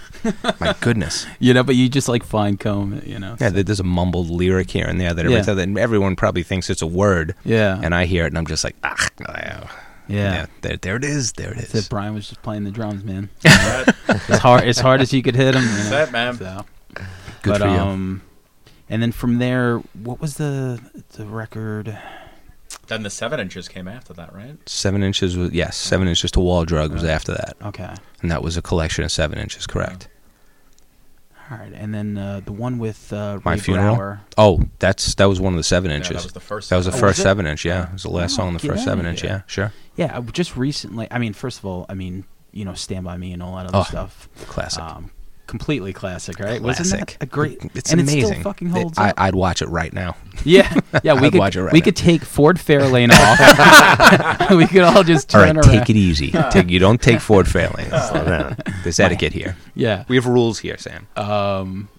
D: my goodness.
A: you know, but you just like fine comb it, you know.
D: Yeah, there- there's a mumbled lyric here and there that, every
A: Yeah.
D: time that everyone probably thinks it's a word,
A: Yeah.
D: and I hear it and I'm just like, ah, yeah,
A: yeah.
D: there, there it is, there it
A: That's it.
D: is.
A: Brian was just playing the drums, man.
C: That-
A: As hard as hard as you could hit him. You know?
C: that, man.
A: So.
D: Good
A: but,
D: for you.
A: Um, and then from there, what was the the record?
C: <laughs> Then the seven inches came after that, right?
D: Seven inches was yes, seven inches to wall drug was after that,
A: Okay,
D: and that was a collection of seven inches, correct?
A: all right. And then uh, the one with uh, Ray
D: My funeral.
A: Brower.
D: Oh, that's that was one of the seven inches.
C: Yeah, that was the first.
D: That was the
A: Oh, was
D: first
A: it?
D: seven inch, yeah. It was the last
A: Oh,
D: song on the
A: get
D: first
A: out
D: seven
A: of
D: inch,
A: here.
D: yeah, sure.
A: Yeah, I- just recently. I mean, first of all, I mean, you know, Stand by Me and all that other
D: Oh,
A: stuff.
D: Classic.
A: Um, completely classic, right? Wasn't
D: Classic.
A: that a great?
D: It's
A: and
D: amazing.
A: It still fucking
D: They-
A: holds
D: I,
A: up.
D: I'd watch it right now.
A: Yeah, yeah. We
D: I'd
A: could
D: watch it right
A: we
D: now.
A: could take Ford
D: <laughs>
A: Fairlane off. <laughs> we could all just
D: All
A: turn
D: right,
A: around.
D: take
A: <laughs>
D: it easy. take, you don't take Ford Fairlane.
B: Slow down.
D: There's etiquette here. Uh,
A: Yeah.
D: We have rules here, Sam.
A: Um,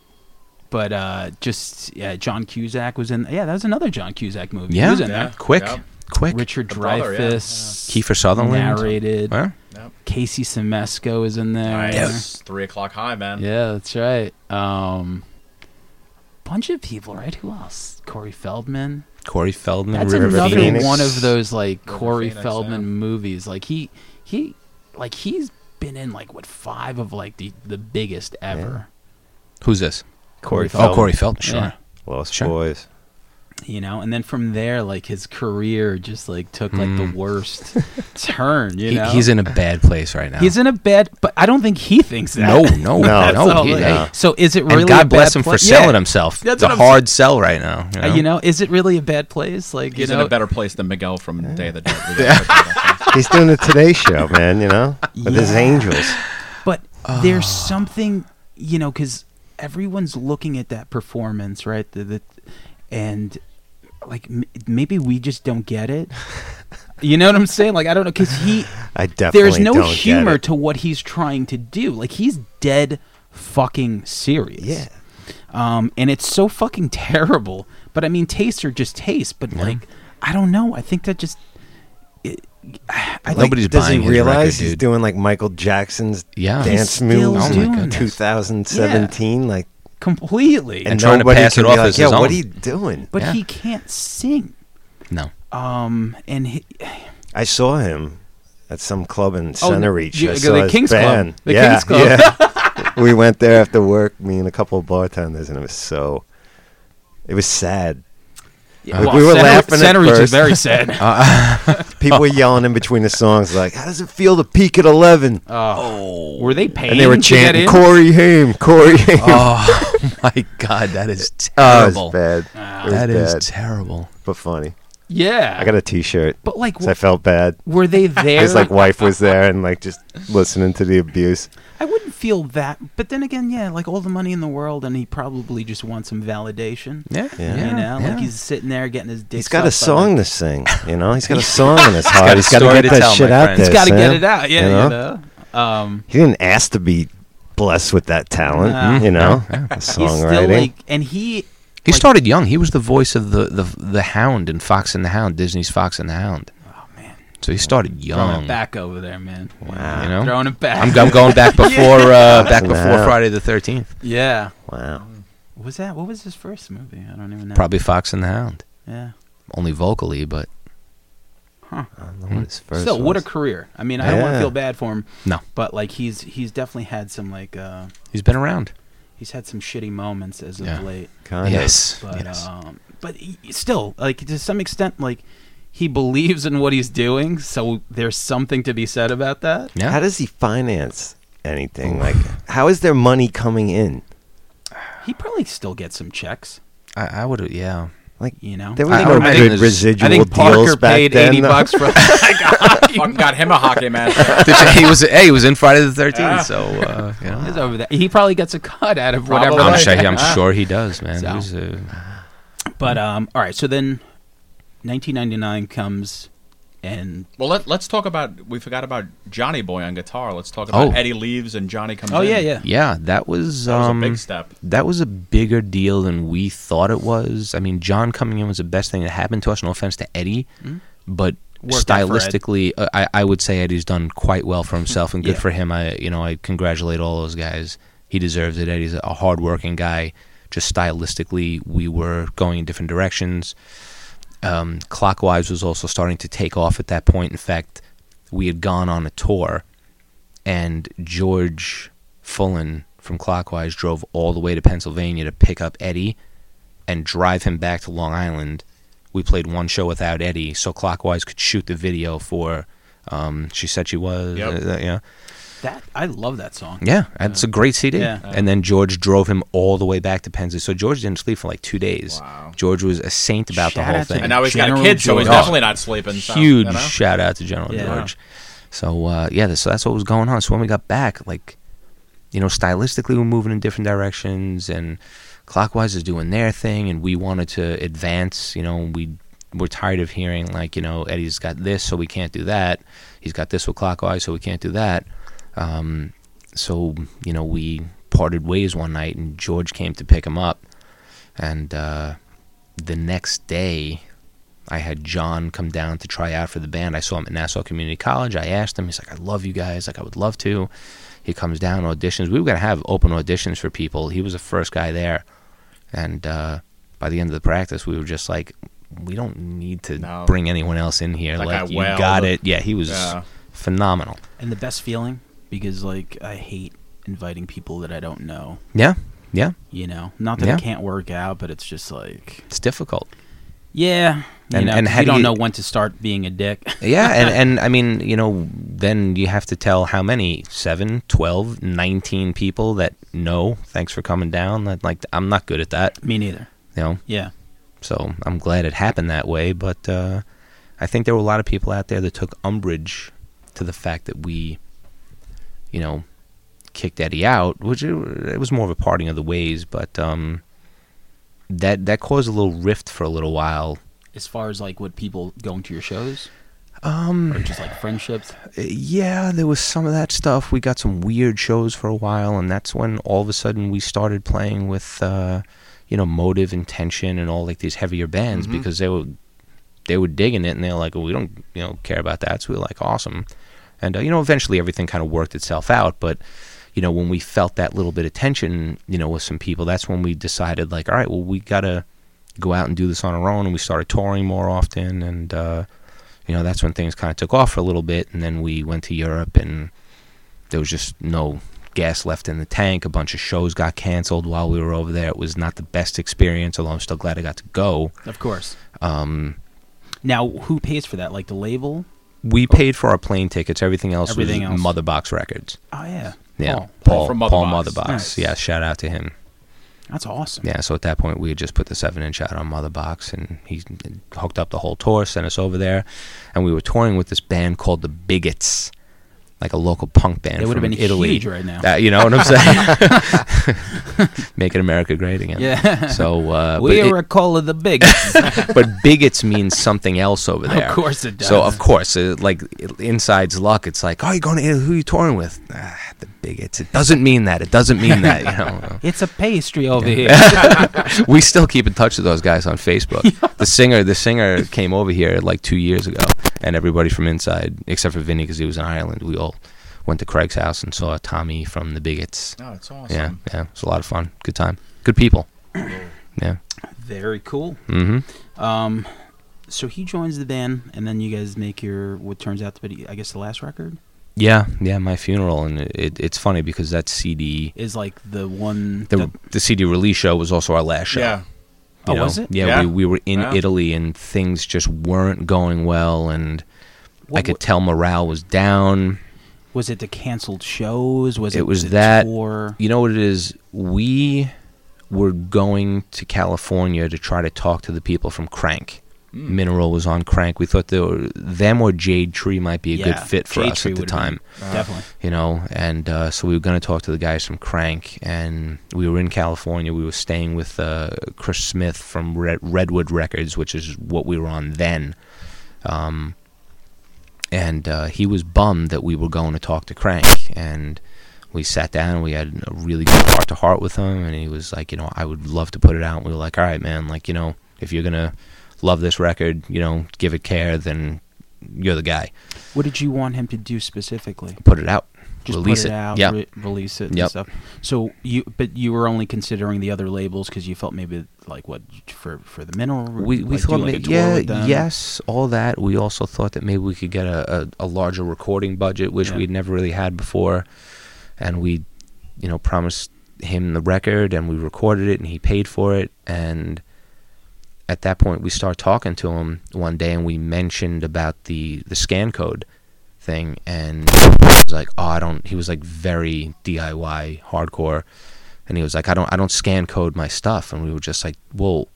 A: but uh, just yeah, John Cusack was in. Yeah, that was another John Cusack movie. He
D: Yeah,
A: was in
C: Yeah.
A: that.
D: Quick,
C: Yeah.
D: quick.
A: Richard
C: The brother, yeah.
A: Dreyfuss,
D: Kiefer Sutherland.
A: narrated.
D: Huh?
C: Yep.
A: Casey Semesco is in there.
C: Nice. Three o'clock high, man.
A: Yeah, that's right. Um, bunch of people, right? Who else? Corey Feldman.
D: Corey Feldman.
A: That's
D: River
A: another
D: Phoenix.
B: Phoenix.
A: one of those like
C: River
A: Corey
C: Phoenix,
A: Feldman
C: yeah.
A: movies. Like he, he, like he's been in like what five of like the the biggest ever.
D: Who's this?
B: Corey
D: Oh,
B: Feldman.
D: Corey Felton. Sure.
A: Yeah.
B: Lost
D: Sure.
B: Boys.
A: you know and then from there like his career just like took like the
D: <laughs>
A: worst turn you
D: Hmm. He-
A: know
D: he's in a bad place right now.
A: he's in a bad but i don't think he thinks that <laughs>
D: no, no, no,
B: That's
D: no.
A: so,
D: He,
A: like,
D: hey,
A: so is it
D: And
A: really a
D: God bless
A: bad
D: him for
A: pla-
D: selling
A: Yeah.
D: himself.
A: That's
D: it's a
A: what I'm
D: hard sell right now. You
A: Uh,
D: know?
A: you know is it really a bad place like
C: He's
A: you know
C: in a better place than Miguel from Day of the Dead. <laughs> We gotta put that out
B: He's doing the Today Show, man. You know, with his
A: Yeah.
B: angels.
A: but there's
B: Ah.
A: something you know because everyone's looking at that performance right the, the, and like m- maybe we just don't get
B: <laughs>
A: it you know what i'm saying like i don't know because he
B: I definitely
A: there's no
B: don't get
A: humor
B: it.
A: to what he's trying to do like he's dead fucking serious
B: Yeah.
A: um and it's so fucking terrible but i mean tastes are just taste but like i don't know i think that just it, I, I
D: Like, Nobody's
B: does
D: buying
B: he
D: his
B: realize
D: record,
B: he's
D: dude.
B: doing like Michael Jackson's
D: Yeah. Oh He's
B: dance
A: still
B: moves
D: doing
B: in
D: this.
B: 2017? Like,
A: completely
D: And trying to
B: nobody
D: pass
B: can
D: it
B: be
D: off
B: like,
D: as
B: "Yo,
D: his
B: what
D: own."
B: are you doing?
A: but
D: Yeah.
A: he can't sing
D: no.
A: um and he,
B: I saw him at some club in
A: Oh,
B: Center Reach.
A: you-
B: I
A: the
B: saw his
A: King's Club.
B: band.
A: The
B: yeah,
A: King's <laughs> Club.
B: yeah. we went there after work, me and a couple of bartenders, and it was so. It was sad.
A: yeah,
B: We- we were
A: Center-
B: laughing at
A: Center Reach is
B: first. Uh,
A: very
B: <laughs>
A: sad
D: <laughs>
B: People were yelling in between the songs, like, "How does it feel to peak at 11?
A: oh were they paying
B: and they were
A: to get
B: chanting,
A: in?
B: "Corey Haim, Corey Haim." <laughs>
A: <laughs>
D: Oh my God, that is
B: Oh, it was
D: terrible.
B: bad. it was
D: That is
B: bad,
D: terrible.
B: but funny.
A: yeah
B: I got a T-shirt.
A: but like
B: 'cause I felt bad.
A: were
B: <laughs>
A: they there
B: His like wife
A: <laughs>
B: was there and like just listening to the abuse.
A: I wouldn't feel that, but then again, yeah, like all the money in the world, and he probably just wants some validation.
D: Yeah,
B: Yeah.
A: you know,
D: yeah.
A: like he's sitting there getting his dick.
B: He's got a
A: sucked by the-
B: song to sing, you know. He's got a song in
D: <laughs>
B: his heart.
D: got a
B: He's got to
D: story
B: get
D: to
B: that
D: tell,
B: shit
D: my
B: out
D: friend.
B: there.
D: He's
A: He's got to get
B: Sam.
A: it out. Yeah,
B: You know?
A: you know. Um,
B: He didn't ask to be blessed with that talent,
A: Nah.
B: you know.
D: Yeah, yeah.
A: he's still
B: Songwriting.
A: like, and he
D: He
A: Like-
D: started young. He was the voice of the, the the Hound in Fox and the Hound, Disney's Fox and the Hound.
A: oh man,
D: So he started
A: throwing
D: young.
A: it back over there, man.
B: Wow.
D: You know,
A: Throwing it back.
D: I'm, I'm going
A: <laughs>
D: back before uh,
B: Fox
D: back
B: and the
D: before
B: Hound.
D: Friday the Thirteenth.
A: yeah.
B: wow.
A: Was that what was his first movie? I don't even know.
D: Probably Fox and the Hound,
A: Yeah.
D: only vocally, but
B: I don't know what his first
A: Still, what a
B: was.
A: career. I mean, I don't want to
B: Yeah.
A: feel bad for him.
D: No.
A: But like, he's he's definitely had some like uh,
D: he's been around.
A: he's had some shitty moments as of
D: Yeah.
A: late.
B: kind of.
D: yes,
A: but
D: yes.
A: um, but he, still, like to some extent, like he believes in what he's doing, so there's something to be said about that.
D: yeah.
B: How does he finance anything? Like, how is there money coming in?
A: He probably still gets some checks,
D: I, I would, yeah.
B: Like,
A: you know.
B: there
D: I-
B: was
D: I
B: no
D: would imagine
B: good
D: there's-
B: residual
A: I think
B: deals
A: Parker
B: back
A: paid
B: then.
A: eighty bucks for.
C: there. Fucking got him a hockey
B: <laughs>
C: match. <laughs>
D: Did you- he was hey, he was in Friday the Thirteenth,
A: <laughs>
D: so uh, you know.
A: He's over there. He probably gets a cut out of whatever.
C: Probably.
D: I'm
A: that-
D: sure, I'm sure he does, man.
A: So.
D: He was a-
A: But um, all right. So then, 1999 comes, and
C: Well, let, let's talk about. We forgot about Johnny Boy on guitar. Let's talk
D: Oh.
C: about Eddie Leaves and Johnny comes.
A: oh
C: in.
A: yeah, yeah.
D: yeah, that was
C: That was
D: um,
C: a big step.
D: that was a bigger deal than we thought it was. I mean, John coming in was the best thing that happened to us. No offense to Eddie, but
A: Hmm? Worked out for Ed.
D: stylistically, uh, I, I would say Eddie's done quite well for himself,
A: <laughs>
D: and good
A: Yeah.
D: for him. I you know I congratulate all those guys. He deserves it. Eddie's a hardworking guy. Just stylistically, we were going in different directions. Um, Clockwise was also starting to take off at that point. In fact, we had gone on a tour and George Fullen from Clockwise drove all the way to Pennsylvania to pick up Eddie and drive him back to Long Island. We played one show without Eddie, so Clockwise could shoot the video for. Um, she said she was.
C: Yep.
D: uh, yeah,
A: That I love that song.
D: yeah, it's a great CD.
A: Yeah.
D: And then George drove him all the way back to Pennsylvania. So George didn't sleep for like two days.
C: Wow.
D: George was a saint about
A: Shout
D: the whole
A: out to
D: thing
C: And now he's got
A: General
C: a kid, so he's
A: George.
C: definitely not sleeping. so,
D: huge
C: you know?
D: shout out to General
A: Yeah.
D: George. So uh, yeah, th- so that's what was going on. So when we got back, like, you know, stylistically we we're moving in different directions, and Clockwise is doing their thing, and we wanted to advance. You know, we we're tired of hearing like, you know, Eddie's got this, so we can't do that. He's got this with Clockwise, so we can't do that. Um, so you know, we parted ways one night, and George came to pick him up, and uh, the next day I had John come down to try out for the band. I saw him at Nassau Community College. I asked him, he's like, I love you guys. Like, I would love to. He comes down, auditions. We were going to have open auditions for people. He was the first guy there. And uh, by the end of the practice, we were just like, we don't need to
C: No.
D: bring anyone else in here.
C: That guy
D: like, you
C: wailed.
D: got it. Yeah, he was
C: Yeah.
D: phenomenal.
A: And the best feeling because like I hate inviting people that I don't know.
D: Yeah. Yeah.
A: You know, not that
D: Yeah.
A: it can't work out, but it's just like
D: It's difficult.
A: yeah, you
D: And-
A: know,
D: and
A: 'cause
D: how
A: you
D: do
A: don't
D: you-
A: know when to start being a dick.
D: <laughs> yeah and, and i mean you know then you have to tell how many 7 12 19 people that no thanks for coming down that like i'm not good at that
A: <laughs> Me neither.
D: you know
A: Yeah,
D: so i'm glad it happened that way but uh, i think there were a lot of people out there that took umbrage to the fact that we you know kicked eddie out which it, it was more of a parting of the ways but um that that caused a little rift for a little while
A: as far as like what people going to your shows
D: um
A: or just like friendships.
D: yeah, there was some of that stuff. We got some weird shows for a while, and that's when all of a sudden we started playing with, uh, you know, motive and tension and all like these heavier bands
C: Mhm.
D: because they were they were digging it and they're like, well, we don't you know care about that, so we were like, awesome, and uh, you know, eventually everything kind of worked itself out, but. You know, when we felt that little bit of tension, you know, with some people, that's when we decided, like, all right, well, we gotta go out and do this on our own, and we started touring more often, and uh, you know, that's when things kind of took off for a little bit, and then we went to Europe, and there was just no gas left in the tank. A bunch of shows got canceled while we were over there. It was not the best experience, although I'm still glad I got to go.
A: Of course.
D: Um,
A: Now, who pays for that? Like the label?
D: we paid for our plane tickets. Everything else
A: Oh. Everything
D: was
A: else.
D: Motherbox Records.
A: Oh yeah.
D: Yeah,
A: Paul.
C: Paul
D: Paul,
C: from
D: Paul
C: Motherbox.
D: Motherbox.
A: Nice.
D: Yeah, shout out to him.
A: That's awesome.
D: Yeah, so at that point we had just put the seven inch out on Motherbox, and he hooked up the whole tour, sent us over there, and we were touring with this band called the Bigots, like a local punk band
A: They would
D: from
A: have been
D: Italy.
A: huge right now.
D: That- you know what I'm saying?
A: <laughs>
D: Making America great again.
A: yeah.
D: So, uh, but,
A: we
D: it-
A: are a call of the
D: <laughs>
A: biggest.
D: but bigots means something else over there.
A: of course it does.
D: So of course, uh, like inside's luck, it's like, oh, you going to Italy? Who you touring with? Ah, the bigots. It doesn't mean that. It doesn't mean that. You know.
A: it's a pastry over here.
D: <laughs> we still keep in touch with those guys
A: <laughs>
D: on Facebook. The singer, the singer came over here like two years ago, and everybody from inside, except for Vinny because he was in Ireland, we all went to Craig's house and saw Tommy from the Bigots.
C: Oh, it's
D: Yeah, yeah, it was a lot of fun. Good time. Good
A: <clears throat>
D: people. Yeah.
A: Very cool.
D: Mm-hmm.
A: Um, so he joins the band, and then you guys make your what turns out to be, I guess, the last record
D: Yeah, yeah. My funeral, and it, it's funny because that CD,
A: is like the one.
D: the
A: that,
D: the CD release show was also our last show.
C: Yeah.
A: oh,
D: you know?
A: was it?
D: Yeah,
C: Yeah.
D: We, we were in
C: Yeah.
D: Italy and things just weren't going well, and I
A: What-
D: could tell morale was down.
A: Was it the canceled shows? Was it,
D: It was
A: the
D: that-
A: tour?
D: You know what it is? We were going to California to try to talk to the people from Crank.
A: Mm.
C: Hmm.
D: Mineral was on Crank. We thought they were, them or Jade Tree might be a good
A: Yeah,
D: fit for
A: Jade
D: us
A: Tree
D: at the
A: would've been-
D: time
A: Definitely.
D: you know and uh, so we were going to talk to the guys from crank and we were in california we were staying with uh, chris smith from Red- redwood records which is what we were on then um, and uh, he was bummed that we were going to talk to crank and we sat down and we had a really good heart to heart with him and he was like you know i would love to put it out and we were like all right man like you know if you're going to love this record you know give it care then you're the guy
A: What did you want him to do specifically?
D: put it out
A: Just
D: release
A: put it, out,
D: yeah
A: re- release it, and
D: Yep.
A: stuff. So you, but you were only considering the other labels because you felt maybe like what for for the mineral.
D: we we
A: like, do, like,
D: thought
A: a
D: maybe
A: tour
D: yeah
A: with them?
D: yes all that we also thought that maybe we could get a, a, a larger recording budget which
A: Yeah.
D: we'd never really had before and we you know promised him the record and we recorded it and he paid for it and at that point we start talking to him one day and we mentioned about the the scan code thing and he was like oh i don't he was like very diy hardcore and he was like i don't i don't scan code my stuff and we were just like well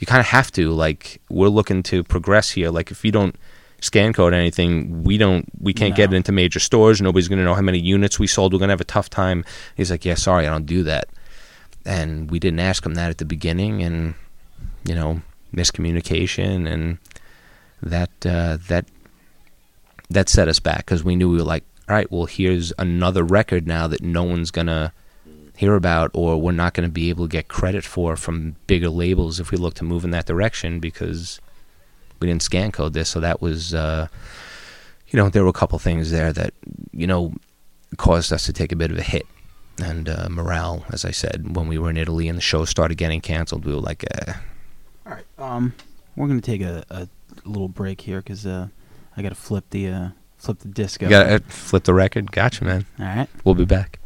D: you kind of have to like we're looking to progress here like if you don't scan code anything we don't we can't get
A: No.
D: it into major stores nobody's going to know how many units we sold we're going to have a tough time he's like yeah sorry i don't do that and we didn't ask him that at the beginning and you know miscommunication and that uh, that that set us back because we knew we were like all right well here's another record now that no one's gonna hear about or we're not gonna be able to get credit for from bigger labels if we look to move in that direction because we didn't scan code this so that was uh, you know there were a couple things there that you know caused us to take a bit of a hit and uh, morale as i said when we were in italy and the show started getting canceled we were like eh,
A: All right. Um, we're gonna take a, a little break here because uh, I gotta flip the uh,
D: flip the disc.
A: You
D: over.
A: got to flip the record. Gotcha, man.
D: All right.
A: We'll be back.